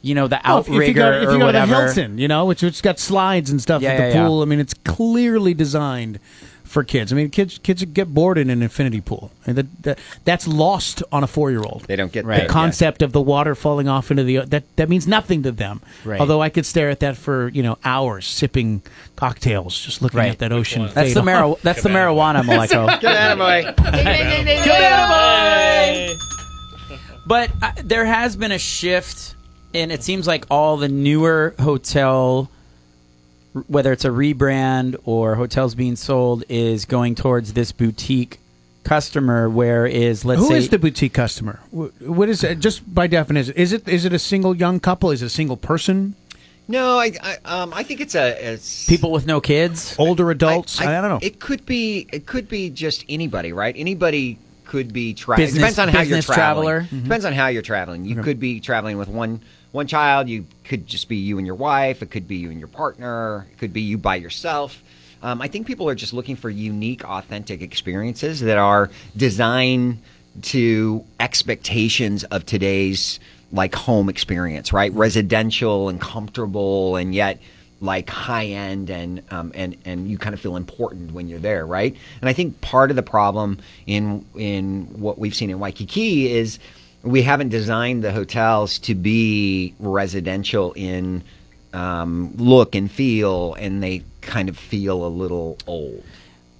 [SPEAKER 3] you know, the outrigger
[SPEAKER 2] if you go, if you go
[SPEAKER 3] or
[SPEAKER 2] to the
[SPEAKER 3] whatever,
[SPEAKER 2] Hilton, you know, which which got slides and stuff
[SPEAKER 3] Yeah,
[SPEAKER 2] at the
[SPEAKER 3] yeah, yeah.
[SPEAKER 2] pool. I mean, it's clearly designed for kids. I mean, kids kids get bored in an infinity pool, and that, that that's lost on a four year old.
[SPEAKER 4] They don't get
[SPEAKER 3] Right.
[SPEAKER 4] that,
[SPEAKER 2] The
[SPEAKER 4] yeah.
[SPEAKER 2] concept of the water falling off into the that that means nothing to them.
[SPEAKER 3] Right.
[SPEAKER 2] Although I could stare at that for you know hours, sipping cocktails, just looking
[SPEAKER 3] Right.
[SPEAKER 2] at that ocean.
[SPEAKER 5] one?
[SPEAKER 3] that's
[SPEAKER 2] fade
[SPEAKER 3] the
[SPEAKER 2] off.
[SPEAKER 3] mar- that's the marijuana, Maleko.
[SPEAKER 4] Get out of my.
[SPEAKER 1] Ding, ding, ding, ding, ding.
[SPEAKER 3] But uh, there has been a shift, and it seems like all the newer hotel, r- whether it's a rebrand or hotels being sold, is going towards this boutique customer. Where is let's
[SPEAKER 2] Who
[SPEAKER 3] say
[SPEAKER 2] is the boutique customer? Wh- What is it? Just by definition, is it is it a single young couple? Is it a single person?
[SPEAKER 4] No, I, I, um, I think it's a it's
[SPEAKER 3] people with no kids?
[SPEAKER 2] Older adults? I, don't know.
[SPEAKER 4] It could be it could be just anybody, right? Anybody could be traveling.
[SPEAKER 3] Business-
[SPEAKER 4] Depends on how you're
[SPEAKER 3] business
[SPEAKER 4] traveling. Mm-hmm.
[SPEAKER 3] traveler.
[SPEAKER 4] Depends on how you're traveling. You could be traveling with one one child. You could just be you and your wife. It could be you and your partner. It could be you by yourself. Um, I think people are just looking for unique, authentic experiences that are designed to expectations of today's like home experience, right? Residential and comfortable, and yet like high end and um, and and you kind of feel important when you're there, right? And I think part of the problem in in what we've seen in Waikiki is we haven't designed the hotels to be residential in um, look and feel, and they kind of feel a little old.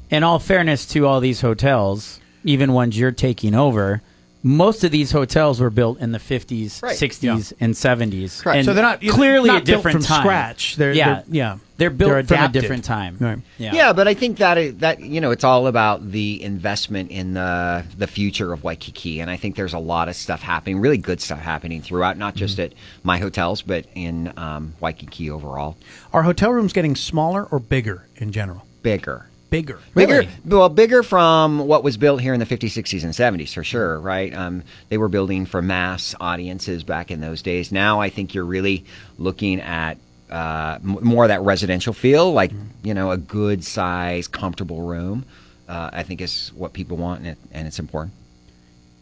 [SPEAKER 3] in all fairness to all these hotels, even ones you're taking over, most of these hotels were built in the 50s,
[SPEAKER 4] Right.
[SPEAKER 3] 60s, and 70s.
[SPEAKER 4] Correct.
[SPEAKER 3] And
[SPEAKER 2] So they're not
[SPEAKER 3] clearly
[SPEAKER 2] not
[SPEAKER 3] a
[SPEAKER 2] built
[SPEAKER 3] different
[SPEAKER 2] from
[SPEAKER 3] time.
[SPEAKER 2] scratch. They're-
[SPEAKER 3] yeah,
[SPEAKER 2] they're- yeah.
[SPEAKER 3] they're built
[SPEAKER 2] They're
[SPEAKER 3] from a
[SPEAKER 2] adapted.
[SPEAKER 3] different time.
[SPEAKER 2] Right.
[SPEAKER 3] Yeah.
[SPEAKER 4] Yeah, but I think that it- that you know it's all about the investment in the the future of Waikiki, and I think there's a lot of stuff happening, really good stuff happening throughout, not just at my hotels, but in um, Waikiki overall.
[SPEAKER 6] Are hotel rooms getting smaller or bigger in general?
[SPEAKER 4] Bigger,
[SPEAKER 6] Bigger.
[SPEAKER 4] bigger, well, bigger from what was built here in the 50s, 60s, and 70s for sure, right? Um, they were building for mass audiences back in those days. Now I think you're really looking at. Uh, m- more of that residential feel, like you know, a good size, comfortable room. Uh, I think is what people want, and, it, and it's important.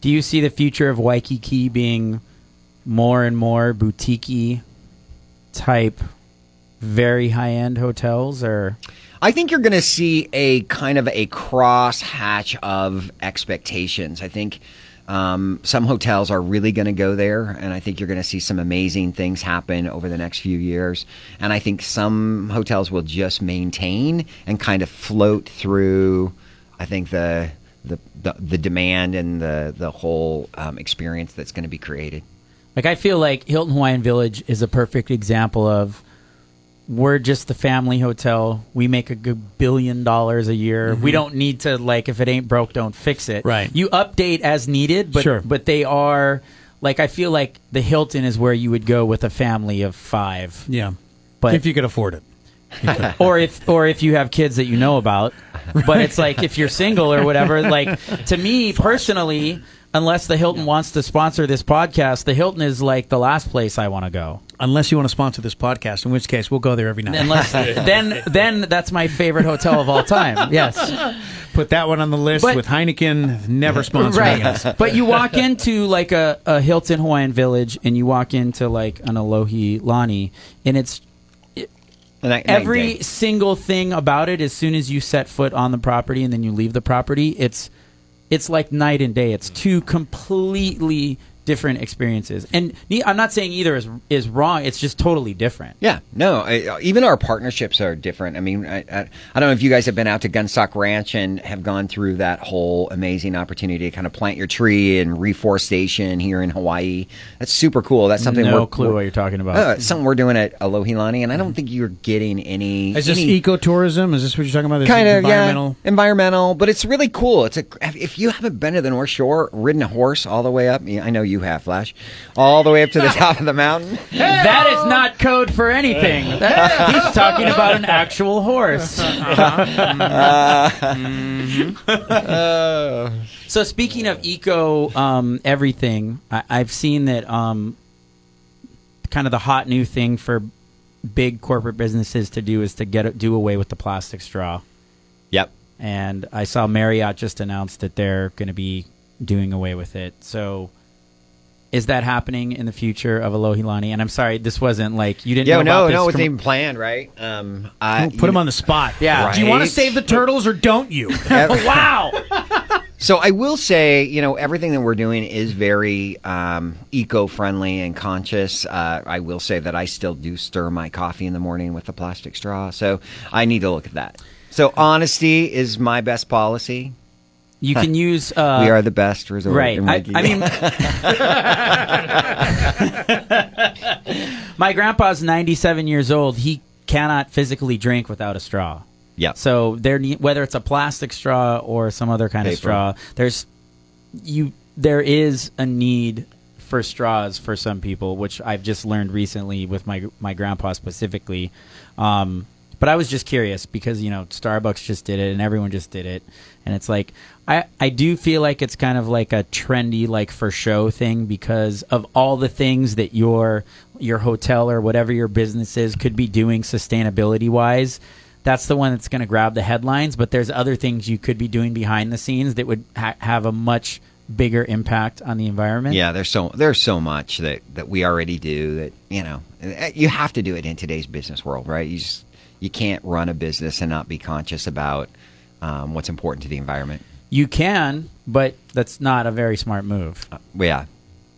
[SPEAKER 3] Do you see the future of Waikiki being more and more boutique type, very high end hotels? Or
[SPEAKER 4] I think you're going to see a kind of a cross hatch of expectations. I think um, some hotels are really going to go there, and I think you're going to see some amazing things happen over the next few years. And I think some hotels will just maintain and kind of float through. I think the the the, the demand and the the whole um, experience that's going to be created.
[SPEAKER 3] like I feel like Hilton Hawaiian Village is a perfect example of we're just the family hotel. We make a good billion dollars a year. We don't need to like if it ain't broke, don't fix it.
[SPEAKER 2] Mm-hmm. Right.
[SPEAKER 3] You update as needed, but
[SPEAKER 2] Sure.
[SPEAKER 3] but they are like I feel like the Hilton is where you would go with a family of five.
[SPEAKER 2] Yeah.
[SPEAKER 3] But
[SPEAKER 2] if you could afford it.
[SPEAKER 3] or if or if you have kids that you know about. But it's like if you're single or whatever. Like to me personally, unless the Hilton wants to sponsor this podcast, the Hilton is like the last place I want to go.
[SPEAKER 6] Unless you want to sponsor this podcast, in which case we'll go there every night.
[SPEAKER 3] Unless then then that's my favorite hotel of all time. Yes,
[SPEAKER 2] Put that one on the list
[SPEAKER 3] But-
[SPEAKER 2] with Heineken never sponsoring us.
[SPEAKER 3] right. But you walk into like a, a Hilton Hawaiian Village and you walk into like an Alohi Lani, and it's
[SPEAKER 4] And I,
[SPEAKER 3] every single thing about it as soon as you set foot on the property and then you leave the property it's it's like night and day it's two completely different experiences and ne- i'm not saying either is is wrong it's just totally different
[SPEAKER 4] Yeah, no. I, even our partnerships are different. I mean, I, I, I don't know if you guys have been out to Gunstock Ranch and have gone through that whole amazing opportunity to kind of plant your tree and reforestation here in Hawaii. That's super cool. That's something.
[SPEAKER 3] no
[SPEAKER 4] we're,
[SPEAKER 3] clue what
[SPEAKER 4] we're-
[SPEAKER 3] you're talking about Mm-hmm.
[SPEAKER 4] uh, it's something we're doing at Alohilani, and I don't think you're getting any.
[SPEAKER 2] Is this
[SPEAKER 4] any-
[SPEAKER 2] ecotourism? Is this what you're talking about? Is
[SPEAKER 4] kind
[SPEAKER 2] it
[SPEAKER 4] of
[SPEAKER 2] environmental?
[SPEAKER 4] yeah environmental but it's really cool it's a if you haven't been to the north shore ridden a horse all the way up yeah, i know you have flash all the way up to the top of the mountain
[SPEAKER 3] that is not code for anything That- he's talking about an actual horse
[SPEAKER 4] uh,
[SPEAKER 3] Uh-huh. So speaking of eco um, everything, I, I've seen that um, kind of the hot new thing for big corporate businesses to do is to get do away with the plastic straw.
[SPEAKER 4] yep
[SPEAKER 3] And I saw Marriott just announced that they're going to be doing away with it. So is that happening in the future of Alohilani? And I'm sorry, this wasn't like you didn't.
[SPEAKER 4] Yeah,
[SPEAKER 3] know about
[SPEAKER 4] no, no, it
[SPEAKER 3] this
[SPEAKER 4] wasn't
[SPEAKER 3] com-
[SPEAKER 4] even planned, right? Um, I,
[SPEAKER 2] Put them on the spot.
[SPEAKER 4] Yeah.
[SPEAKER 2] Do you want to
[SPEAKER 4] Right.
[SPEAKER 2] save the turtles or don't you?
[SPEAKER 3] wow.
[SPEAKER 4] So I will say, you know, everything that we're doing is very um, eco-friendly and conscious. Uh, I will say that I still do stir my coffee in the morning with a plastic straw, so I need to look at that. So honesty is my best policy.
[SPEAKER 3] You can use. Uh,
[SPEAKER 4] we are the best resort.
[SPEAKER 3] Right.
[SPEAKER 4] in
[SPEAKER 3] I,
[SPEAKER 4] Waikiki.
[SPEAKER 3] I mean, my grandpa's 97 years old. He cannot physically drink without a straw.
[SPEAKER 4] Yep.
[SPEAKER 3] So there, ne- whether it's a plastic straw or some other kind of
[SPEAKER 4] Paper.
[SPEAKER 3] straw, there's you there is a need for straws for some people, which I've just learned recently with my my grandpa specifically. Um, but I was just curious because you know Starbucks just did it and everyone just did it, and it's like I I do feel like it's kind of like a trendy like for show thing because of all the things that your your hotel or whatever your business is could be doing sustainability wise that's the one that's going to grab the headlines. But there's other things you could be doing behind the scenes that would ha- have a much bigger impact on the environment.
[SPEAKER 4] yeah, there's so there's so much that that we already do that you know eh, you have to do it in today's business world, right? You just you can't run a business and not be conscious about um, what's important to the environment.
[SPEAKER 3] you can, but that's not a very smart move
[SPEAKER 4] Well, yeah,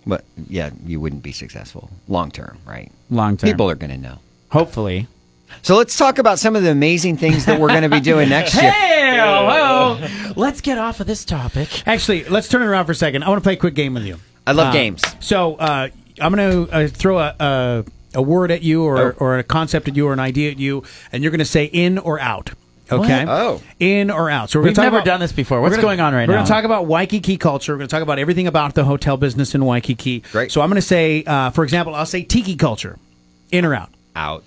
[SPEAKER 4] but yeah, you wouldn't be successful long term, right?
[SPEAKER 3] long term.
[SPEAKER 4] People are going to know.
[SPEAKER 3] hopefully.
[SPEAKER 4] So let's talk about some of the amazing things that we're going to be doing next year.
[SPEAKER 3] Let's get off of this topic.
[SPEAKER 2] Actually, let's turn it around for a second. I want to play a quick game with you.
[SPEAKER 4] I love
[SPEAKER 2] Uh,
[SPEAKER 4] games.
[SPEAKER 2] So uh, I'm going to uh, throw a, a a word at you, or
[SPEAKER 3] Oh.
[SPEAKER 2] or a concept at you, or an idea at you, and you're going to say in or out. Okay.
[SPEAKER 4] Oh.
[SPEAKER 2] In or out. So we're gonna
[SPEAKER 3] We've
[SPEAKER 2] talk
[SPEAKER 3] never
[SPEAKER 2] about-
[SPEAKER 3] done this before.
[SPEAKER 2] we're
[SPEAKER 3] What's
[SPEAKER 2] gonna-
[SPEAKER 3] going on right
[SPEAKER 2] We're
[SPEAKER 3] now?
[SPEAKER 2] going to talk about Waikiki culture. We're going to talk about everything about the hotel business in Waikiki.
[SPEAKER 4] Great.
[SPEAKER 2] So I'm going to say, uh, for example, I'll say tiki culture, in or out.
[SPEAKER 4] Out,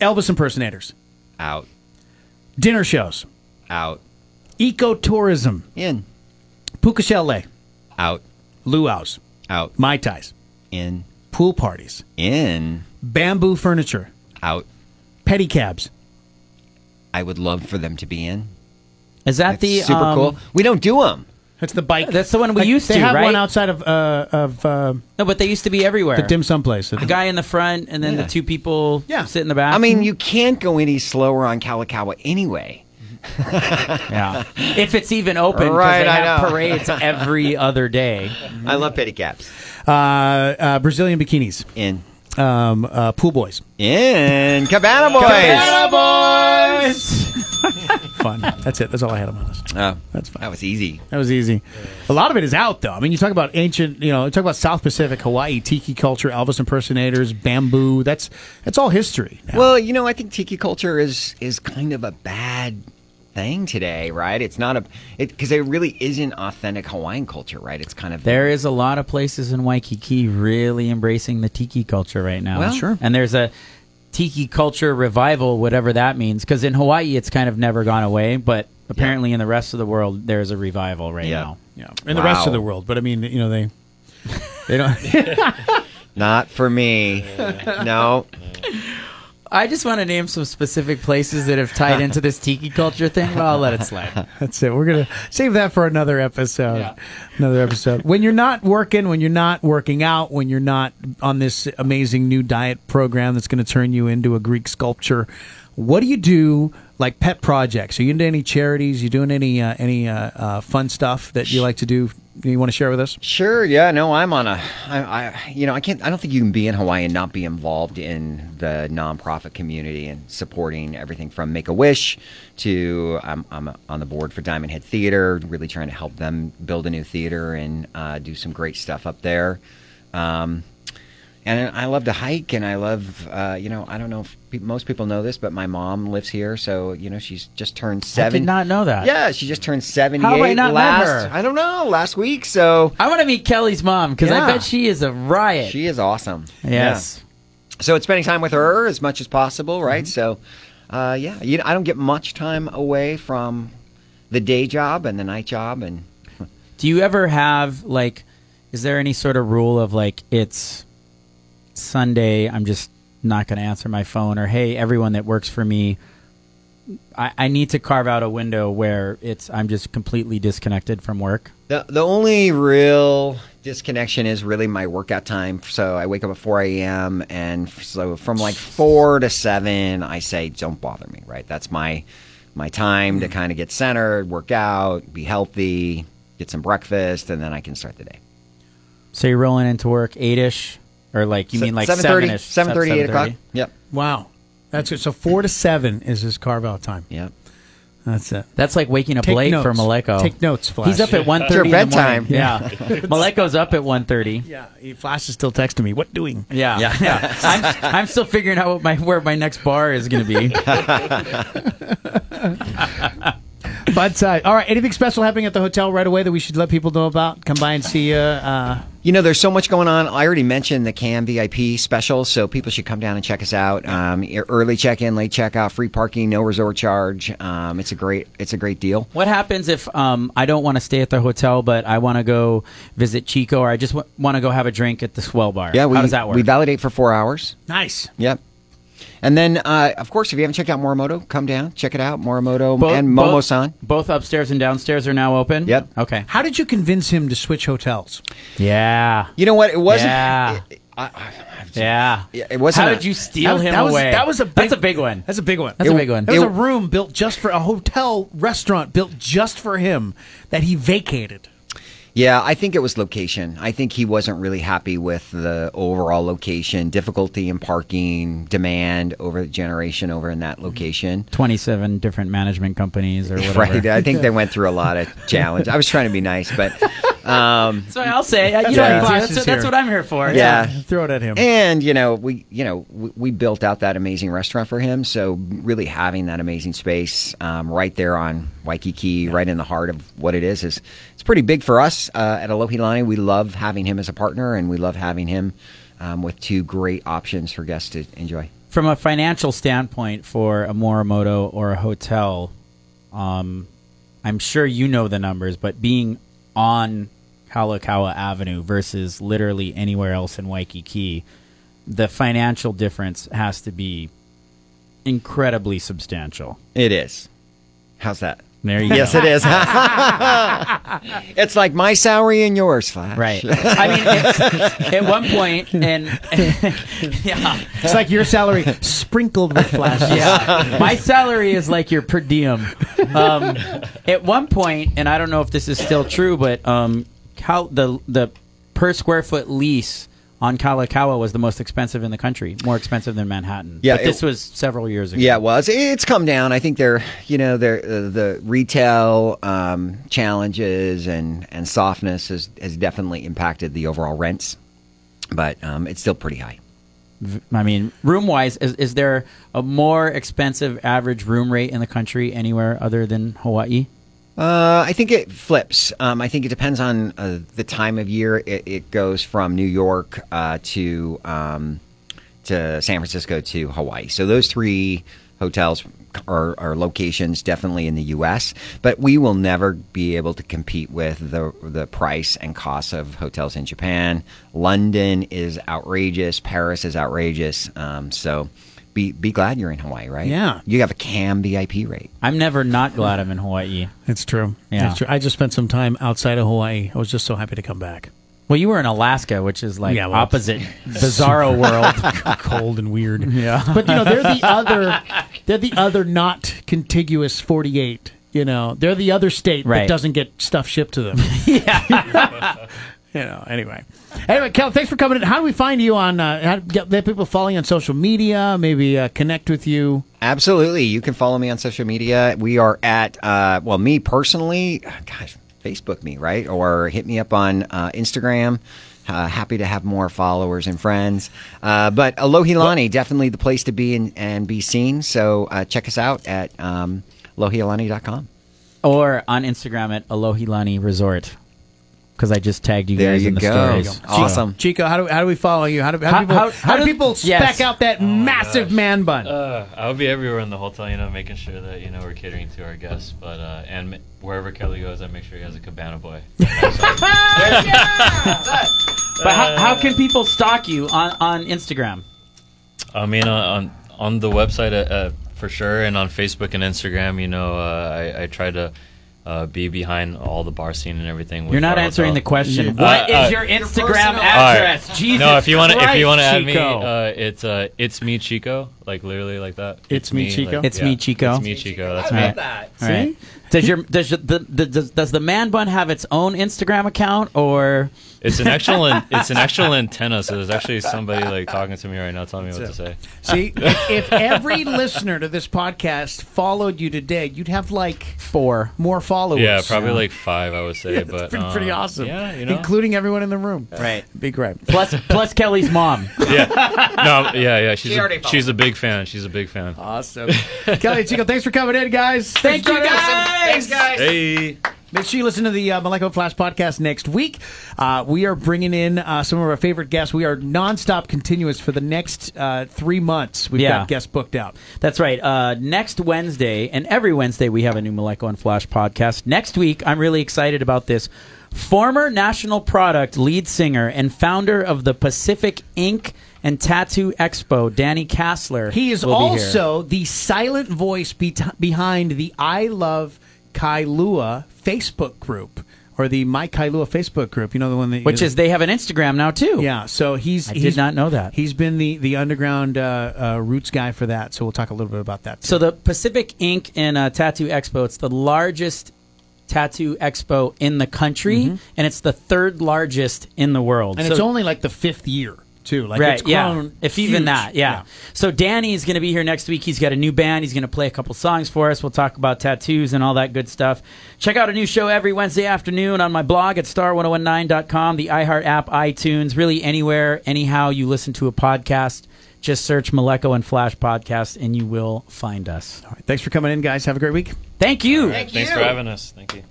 [SPEAKER 2] Elvis impersonators,
[SPEAKER 4] out,
[SPEAKER 2] dinner shows,
[SPEAKER 4] out,
[SPEAKER 2] ecotourism,
[SPEAKER 4] in,
[SPEAKER 2] puka shelle,
[SPEAKER 4] out,
[SPEAKER 2] luau's,
[SPEAKER 4] out,
[SPEAKER 2] mai tais,
[SPEAKER 4] in,
[SPEAKER 2] pool parties,
[SPEAKER 4] in,
[SPEAKER 2] bamboo furniture,
[SPEAKER 4] out.
[SPEAKER 2] pedicabs.
[SPEAKER 4] I would love for them to be in.
[SPEAKER 3] Is that
[SPEAKER 4] That's
[SPEAKER 3] the
[SPEAKER 4] super
[SPEAKER 3] um,
[SPEAKER 4] cool. We don't do them.
[SPEAKER 2] That's the bike.
[SPEAKER 3] That's the one we
[SPEAKER 2] Like,
[SPEAKER 3] used
[SPEAKER 2] they
[SPEAKER 3] to,
[SPEAKER 2] have
[SPEAKER 3] right?
[SPEAKER 2] one outside of uh, of uh,
[SPEAKER 3] No, but they used to be everywhere.
[SPEAKER 2] the dim sum place.
[SPEAKER 3] The guy in the front, and then the two people
[SPEAKER 2] Yeah.
[SPEAKER 3] sit in the back.
[SPEAKER 4] I mean, you can't go any slower on Kalakaua anyway.
[SPEAKER 3] yeah. if it's even open, 'cause
[SPEAKER 4] Right,
[SPEAKER 3] They
[SPEAKER 4] I
[SPEAKER 3] have
[SPEAKER 4] know.
[SPEAKER 3] parades every other day.
[SPEAKER 4] Mm-hmm. I love pedicabs.
[SPEAKER 2] Uh, uh, Brazilian bikinis,
[SPEAKER 4] In,
[SPEAKER 2] um, uh, pool boys.
[SPEAKER 4] in, Cabana Boys.
[SPEAKER 2] Fun. That's it. That's all I had on my list.
[SPEAKER 4] Oh, that's fine. That was easy.
[SPEAKER 2] That was easy. A lot of it is out though. I mean, you talk about ancient. You know, you talk about South Pacific, Hawaii, tiki culture, Elvis impersonators, bamboo. That's that's all history. now.
[SPEAKER 4] Well, you know, I think tiki culture is is kind of a bad thing today, right? It's not a because it, really isn't authentic Hawaiian culture, right? It's kind of
[SPEAKER 3] There is a lot of places in Waikiki really embracing the tiki culture right now.
[SPEAKER 4] Well- Sure.
[SPEAKER 3] And there's a tiki culture revival, whatever that means, because in Hawaii it's kind of never gone away, but apparently in the rest of the world there's a revival right
[SPEAKER 4] Yeah.
[SPEAKER 3] now.
[SPEAKER 2] yeah, and the rest
[SPEAKER 4] Wow.
[SPEAKER 2] of the world. But I mean, you know, they they don't.
[SPEAKER 4] not for me. no,
[SPEAKER 3] I just want to name some specific places that have tied into this tiki culture thing, but I'll let it slide.
[SPEAKER 2] That's it. We're gonna save that for another episode.
[SPEAKER 3] Yeah.
[SPEAKER 2] Another episode. when you're not working, when you're not working out, when you're not on this amazing new diet program that's going to turn you into a Greek sculpture, what do you do? Like pet projects? Are you into any charities? You doing any uh, any uh, uh, fun stuff that you like to do? You want to share with us?
[SPEAKER 4] sure, yeah, no. I'm on a, I, I, you know, I can't. I don't think you can be in Hawaii and not be involved in the nonprofit community and supporting everything from Make a Wish to I'm, I'm on the board for Diamond Head Theater, really trying to help them build a new theater and uh, do some great stuff up there. Um, and I love to hike, and I love, uh, you know, I don't know if pe- most people know this, but my mom lives here, so you know she's just turned seven.
[SPEAKER 3] not know that.
[SPEAKER 4] Yeah, she just turned seventy-eight.
[SPEAKER 3] How have I not met
[SPEAKER 4] last,
[SPEAKER 3] her?
[SPEAKER 4] I don't know, last week. So
[SPEAKER 3] I want to meet Kelly's mom because I
[SPEAKER 4] Yeah.
[SPEAKER 3] bet she is a riot.
[SPEAKER 4] she is awesome.
[SPEAKER 3] yes. Mm-hmm.
[SPEAKER 4] Yeah. So it's spending time with her as much as possible, right? So, uh, yeah, you know, I don't get much time away from the day job and the night job, and
[SPEAKER 3] Do you ever have like is there any sort of rule of like it's Sunday, I'm just not gonna answer my phone or hey, everyone that works for me I, I need to carve out a window where it's I'm just completely disconnected from work.
[SPEAKER 4] The the only real disconnection is really my workout time. So I wake up at 4 a.m. and f- so from like four to seven, I say, "Don't bother me." Right? That's my my time
[SPEAKER 3] Mm-hmm.
[SPEAKER 4] to kind of get centered, work out, be healthy, get some breakfast, and then I can start the day.
[SPEAKER 3] So you're rolling into work eight ish or like you
[SPEAKER 4] Se-
[SPEAKER 3] mean like
[SPEAKER 4] 7:30,
[SPEAKER 3] 7-ish,
[SPEAKER 4] 7:30, 8 o'clock. Yep.
[SPEAKER 2] Wow, that's it. So four to seven is his carve out time.
[SPEAKER 4] Yep.
[SPEAKER 2] That's it.
[SPEAKER 3] That's like waking up
[SPEAKER 2] Take
[SPEAKER 3] late for
[SPEAKER 2] notes.
[SPEAKER 3] Maleko.
[SPEAKER 2] Take notes, Flash.
[SPEAKER 3] He's up at one thirty.
[SPEAKER 4] It's your bedtime.
[SPEAKER 3] Yeah. Maleko's up at one thirty.
[SPEAKER 2] Yeah, he- Flash is still texting me. What doing?
[SPEAKER 3] Yeah, yeah. I'm, I'm still figuring out what my where my next bar is going to be.
[SPEAKER 2] But uh, all right, anything special happening at the hotel right away that we should let people know about? Come by and see you. Uh,
[SPEAKER 4] You know, there's so much going on. I already mentioned the CAM VIP special, so people should come down and check us out. Um, e- early check-in, late checkout, free parking, no resort charge. Um, it's a great, it's a great deal.
[SPEAKER 3] What happens if um, I don't want to stay at the hotel, but I want to go visit Chico, or I just w- want to go have a drink at the Swell Bar?
[SPEAKER 4] Yeah, we,
[SPEAKER 3] how does that work?
[SPEAKER 4] We validate for four hours.
[SPEAKER 2] nice.
[SPEAKER 4] Yep. And then, uh, of course, if you haven't checked out Morimoto, come down, check it out. Morimoto
[SPEAKER 3] Bo-
[SPEAKER 4] and
[SPEAKER 3] both-
[SPEAKER 4] Momo-san.
[SPEAKER 3] Both upstairs and downstairs are now open.
[SPEAKER 4] Yep.
[SPEAKER 3] Okay.
[SPEAKER 2] How did you convince him to switch hotels?
[SPEAKER 3] Yeah.
[SPEAKER 4] You know what? It wasn't.
[SPEAKER 3] Yeah.
[SPEAKER 4] It, I, I,
[SPEAKER 3] Yeah.
[SPEAKER 4] Yeah, it wasn't
[SPEAKER 3] How
[SPEAKER 4] a-
[SPEAKER 3] did you steal
[SPEAKER 2] that,
[SPEAKER 3] him
[SPEAKER 2] that was,
[SPEAKER 3] away?
[SPEAKER 2] That was a big,
[SPEAKER 3] That's a big one.
[SPEAKER 2] That's a big one.
[SPEAKER 3] That's a
[SPEAKER 2] It-
[SPEAKER 3] big one.
[SPEAKER 2] There was
[SPEAKER 4] It-
[SPEAKER 2] a room built just for a hotel restaurant built just for him that he vacated.
[SPEAKER 4] Yeah, I think it was location. I think he wasn't really happy with the overall location, difficulty in parking, demand over generation over in that location.
[SPEAKER 3] 27 different management companies or whatever.
[SPEAKER 4] Right. I think they went through a lot of challenge. I was trying to be nice, but um,
[SPEAKER 3] That's what I'll say. You know,
[SPEAKER 4] Yeah.
[SPEAKER 3] that's, what- that's what I'm here for.
[SPEAKER 4] yeah.
[SPEAKER 2] Throw it at him.
[SPEAKER 4] And you know, we you know we, we built out that amazing restaurant for him. So really having that amazing space um, right there on Waikiki, right in the heart of what it is, is it's pretty big for us uh, at Alohilani. We love having him as a partner, and we love having him um, with two great options for guests to enjoy.
[SPEAKER 3] From a financial standpoint for a Morimoto or a hotel, um, I'm sure you know the numbers, but being on Kalakaua Avenue versus literally anywhere else in Waikiki, the financial difference has to be incredibly substantial.
[SPEAKER 4] It is. How's that?
[SPEAKER 3] There you
[SPEAKER 4] Yes,
[SPEAKER 3] go.
[SPEAKER 4] it is. it's like my salary and yours, Flash.
[SPEAKER 3] Right. I mean, it's, at one point, and yeah,
[SPEAKER 2] It's like your salary sprinkled with flashes.
[SPEAKER 3] yeah. My salary is like your per diem. Um, at one point, and I don't know if this is still true, but um, Cal- the the per square foot lease on Kalakaua was the most expensive in the country, more expensive than Manhattan.
[SPEAKER 4] Yeah,
[SPEAKER 3] but this
[SPEAKER 4] it-
[SPEAKER 3] was several years ago.
[SPEAKER 4] Yeah, it was. It's come down. I think they're, you know, they're, uh, the retail um, challenges and, and softness has, has definitely impacted the overall rents, but um, it's still pretty high.
[SPEAKER 3] I mean, room wise, is, is there a more expensive average room rate in the country anywhere other than Hawaii?
[SPEAKER 4] Uh, I think it flips. Um, I think it depends on uh, the time of year. It, it goes from New York uh, to um, to San Francisco to Hawaii. So those three hotels are, are locations definitely in the U.S. But we will never be able to compete with the the price and cost of hotels in Japan. London is outrageous. Paris is outrageous. Um, so. Be, be glad you're in Hawaii, right?
[SPEAKER 2] Yeah.
[SPEAKER 4] You have a CAM VIP rate.
[SPEAKER 3] I'm never not glad I'm in Hawaii.
[SPEAKER 2] It's true.
[SPEAKER 3] Yeah.
[SPEAKER 2] It's true. I just spent some time outside of Hawaii. I was just so happy to come back.
[SPEAKER 3] Well, you were in Alaska, which is like
[SPEAKER 2] Yeah, well,
[SPEAKER 3] opposite bizarro world.
[SPEAKER 2] Cold and weird. Yeah. But you know, they're the other they're the other not contiguous 48, you know. They're the other state
[SPEAKER 3] Right.
[SPEAKER 2] that doesn't get stuff shipped to them. yeah. you know, anyway. Anyway, Kel, thanks for coming in. How do we find you on uh, how do get let people follow you on social media, maybe uh, connect with you?
[SPEAKER 4] Absolutely. You can follow me on social media. We are at, uh, well, me personally, gosh, Facebook me, right? Or hit me up on uh, Instagram. Uh, happy to have more followers and friends. Uh, but Alohilani, definitely the place to be and, and be seen. So uh, check us out at um, alohilani.com.
[SPEAKER 3] or on Instagram at Alohilani Resort because I just tagged you
[SPEAKER 4] There
[SPEAKER 3] guys
[SPEAKER 4] you
[SPEAKER 3] in the
[SPEAKER 4] go.
[SPEAKER 3] stories.
[SPEAKER 4] Awesome.
[SPEAKER 2] Chico, how do how do we follow you? How do, how
[SPEAKER 3] How-
[SPEAKER 2] do people how,
[SPEAKER 3] how- how
[SPEAKER 2] do,
[SPEAKER 3] do-
[SPEAKER 2] people spec
[SPEAKER 3] yes.
[SPEAKER 2] out that massive man bun?
[SPEAKER 5] Uh, I'll be everywhere in the hotel, you know, making sure that you know we're catering to our guests. But uh, and m- wherever Kelly goes, I make sure he has a cabana boy.
[SPEAKER 3] But how, how can people stalk you on, on Instagram?
[SPEAKER 5] I mean, on on, on the website uh, uh, for sure, and on Facebook and Instagram, you know, uh, I, I try to uh, be behind all the bar scene and everything. with
[SPEAKER 3] You're not
[SPEAKER 5] our
[SPEAKER 3] answering
[SPEAKER 5] hotel.
[SPEAKER 3] the question.
[SPEAKER 5] Uh,
[SPEAKER 3] What is
[SPEAKER 5] uh,
[SPEAKER 3] your Instagram
[SPEAKER 4] personal-
[SPEAKER 3] address? Jesus
[SPEAKER 5] no, if you want to, if you want to
[SPEAKER 3] Christ,
[SPEAKER 5] add me,
[SPEAKER 3] Chico.
[SPEAKER 5] uh, it's uh, it's me Chico, like literally like that.
[SPEAKER 2] It's me, Chico?
[SPEAKER 5] like-
[SPEAKER 3] It's me, Chico.
[SPEAKER 5] It's me Chico. That's
[SPEAKER 3] I
[SPEAKER 5] me.
[SPEAKER 3] love
[SPEAKER 4] that.
[SPEAKER 3] All right. Does your does your- the, the does, does the man bun have its own Instagram account or
[SPEAKER 5] It's an actual an- it's an actual antenna. So there's actually somebody like talking to me right now, telling me what to say.
[SPEAKER 2] See, if, if every listener to this podcast followed you today, you'd have like
[SPEAKER 3] four?
[SPEAKER 2] more followers.
[SPEAKER 5] Yeah, probably like five, I would say. but
[SPEAKER 2] It's pretty, pretty
[SPEAKER 5] um,
[SPEAKER 2] awesome.
[SPEAKER 5] Yeah, you know.
[SPEAKER 2] including everyone in the room.
[SPEAKER 3] Right.
[SPEAKER 2] Be great.
[SPEAKER 3] Plus plus Kelly's mom.
[SPEAKER 5] yeah, no, yeah, yeah. She's
[SPEAKER 4] already
[SPEAKER 5] a,
[SPEAKER 4] followed.
[SPEAKER 5] she's a big fan. She's a big fan.
[SPEAKER 2] Awesome. Kelly and Chico, thanks for coming in, guys. Thanks
[SPEAKER 3] Thank
[SPEAKER 2] for
[SPEAKER 3] you
[SPEAKER 2] joining us.
[SPEAKER 3] guys.
[SPEAKER 5] Hey.
[SPEAKER 2] Make sure you listen to the uh, Maleko Flash podcast next week. Uh, we are bringing in uh, some of our favorite guests. We are nonstop continuous for the next uh, three months. We've
[SPEAKER 3] Yeah.
[SPEAKER 2] got guests booked out.
[SPEAKER 3] That's right. Uh, next Wednesday, and every Wednesday, we have a new Maleko and Flash podcast. Next week, I'm really excited about this. Former national product lead singer and founder of the Pacific Ink and Tattoo Expo, Danny Kassler.
[SPEAKER 2] He is
[SPEAKER 3] will be here.
[SPEAKER 2] also the silent voice be- behind the I Love Kailua Facebook group or the My Kailua Facebook group. You know the one that
[SPEAKER 3] which is they have an Instagram now too.
[SPEAKER 2] yeah. So he's
[SPEAKER 3] I did
[SPEAKER 2] he's,
[SPEAKER 3] not know that.
[SPEAKER 2] he's been the the underground uh, uh, roots guy for that. So we'll talk a little bit about that.
[SPEAKER 3] So the Pacific Ink and uh, Tattoo Expo, it's the largest tattoo expo in the country,
[SPEAKER 2] Mm-hmm.
[SPEAKER 3] and it's the third largest in the world.
[SPEAKER 6] And
[SPEAKER 3] So-
[SPEAKER 6] it's only like the fifth year, too. Like it's
[SPEAKER 3] yeah.
[SPEAKER 6] grown.
[SPEAKER 3] If even
[SPEAKER 6] huge.
[SPEAKER 3] that, yeah. So Danny is going to be here next week. He's got a new band. He's going to play a couple songs for us. We'll talk about tattoos and all that good stuff. Check out a new show every Wednesday afternoon on my blog at star1019.com, the iHeart app, iTunes, really anywhere, anyhow you listen to a podcast. Just search Maleko and Flash Podcast and you will find us.
[SPEAKER 6] All right, thanks for coming in, guys. Have a great week.
[SPEAKER 3] Thank you.
[SPEAKER 5] Thanks for having us. Thank you.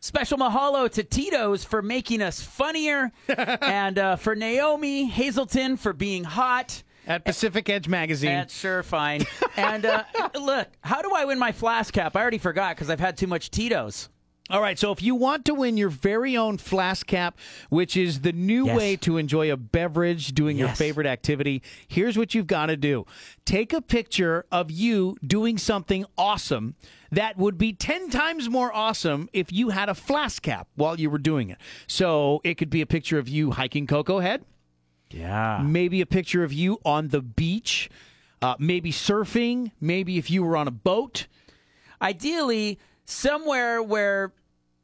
[SPEAKER 3] Special mahalo to Tito's for making us funnier and uh, for Naomi Hazelton for being hot.
[SPEAKER 2] At Pacific Edge Magazine.
[SPEAKER 3] That's sure fine. and uh, look, how do I win my flask cap? I already forgot because I've had too much Tito's.
[SPEAKER 2] All right, so if you want to win your very own flask cap, which is the new
[SPEAKER 3] Yes.
[SPEAKER 2] way to enjoy a beverage doing your
[SPEAKER 3] Yes.
[SPEAKER 2] favorite activity, here's what you've got to do. Take a picture of you doing something awesome that would be 10 times more awesome if you had a flask cap while you were doing it. So it could be a picture of you hiking Cocoa Head
[SPEAKER 3] Yeah.
[SPEAKER 2] maybe a picture of you on the beach, uh, maybe surfing, maybe if you were on a boat.
[SPEAKER 3] Ideally, somewhere where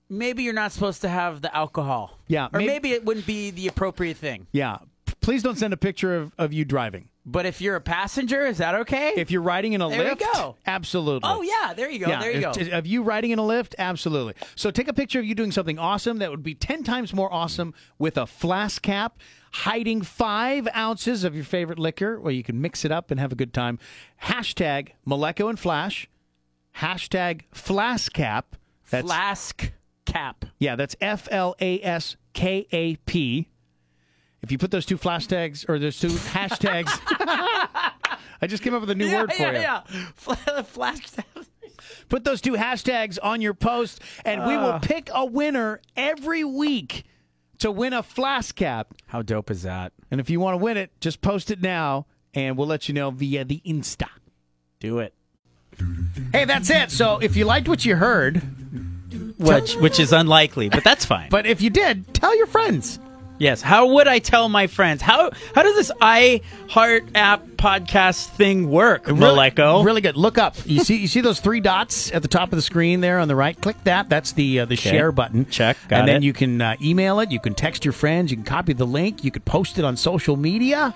[SPEAKER 3] maybe you're not supposed to have the alcohol.
[SPEAKER 2] Yeah,
[SPEAKER 3] Or
[SPEAKER 2] may-
[SPEAKER 3] maybe it wouldn't be the appropriate thing.
[SPEAKER 2] Yeah. P- Please don't send a picture of, of you driving.
[SPEAKER 3] But if you're a passenger, is that okay?
[SPEAKER 2] If you're riding in a
[SPEAKER 3] There you
[SPEAKER 2] lift,
[SPEAKER 3] go.
[SPEAKER 2] absolutely.
[SPEAKER 3] oh, yeah. There you go.
[SPEAKER 2] Yeah,
[SPEAKER 3] there you go.
[SPEAKER 2] if- Of you riding in a lift, absolutely. So take a picture of you doing something awesome that would be 10 times more awesome with a flask cap, hiding five ounces of your favorite liquor, where you can mix it up and have a good time. Hashtag Maleko and Flash, hashtag flask cap. That's
[SPEAKER 3] flask cap.
[SPEAKER 2] Yeah, that's F L A S K A P. If you put those two flash tags or those two hashtags, I just came up with a new word for
[SPEAKER 3] yeah,
[SPEAKER 2] you.
[SPEAKER 3] yeah. Fla- Flash.
[SPEAKER 2] Put those two hashtags on your post, and we will pick a winner every week to win a flask cap.
[SPEAKER 3] How dope is that?
[SPEAKER 2] And if you want to win it, just post it now, and we'll let you know via the Insta.
[SPEAKER 3] Do it.
[SPEAKER 2] Hey, that's it. So if you liked what you heard,
[SPEAKER 3] Which, which is unlikely, but that's fine.
[SPEAKER 2] but if you did, tell your friends.
[SPEAKER 3] Yes. How would I tell my friends? How how does this iHeart app podcast thing work, Maleko?
[SPEAKER 2] Really good. Look up. You see, you see those three dots at the top of the screen there on the right. Click that. That's the uh, the share button.
[SPEAKER 3] Check. Got
[SPEAKER 2] and then
[SPEAKER 3] it.
[SPEAKER 2] you can uh, email it. You can text your friends. You can copy the link. You could post it on social media.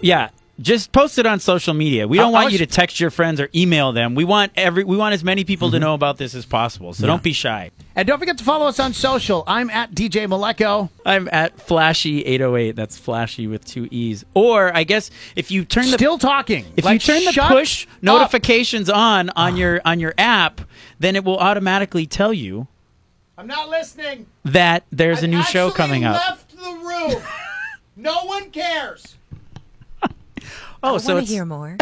[SPEAKER 3] Yeah. Just post it on social media. We
[SPEAKER 2] I-
[SPEAKER 3] don't
[SPEAKER 2] I
[SPEAKER 3] want
[SPEAKER 2] was-
[SPEAKER 3] you to text your friends or email them. We want every we want as many people
[SPEAKER 2] Mm-hmm.
[SPEAKER 3] to know about this as possible. So don't be shy.
[SPEAKER 2] And don't forget to follow us on social. I'm at DJ Maleko.
[SPEAKER 3] I'm at flashy 808. That's flashy with two e's. Or I guess if you turn the
[SPEAKER 2] Still talking.
[SPEAKER 3] if
[SPEAKER 2] Like,
[SPEAKER 3] you turn the
[SPEAKER 2] shut
[SPEAKER 3] push
[SPEAKER 2] up. Ah.
[SPEAKER 3] notifications on on your on your app, then it will automatically tell you
[SPEAKER 2] I'm not listening.
[SPEAKER 3] that there's a new
[SPEAKER 2] I
[SPEAKER 3] show
[SPEAKER 2] actually
[SPEAKER 3] coming up.
[SPEAKER 2] Left the room. no one cares.
[SPEAKER 3] oh,
[SPEAKER 7] I
[SPEAKER 3] so
[SPEAKER 7] want
[SPEAKER 3] it's
[SPEAKER 7] to hear more.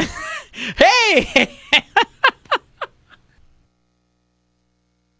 [SPEAKER 3] Hey!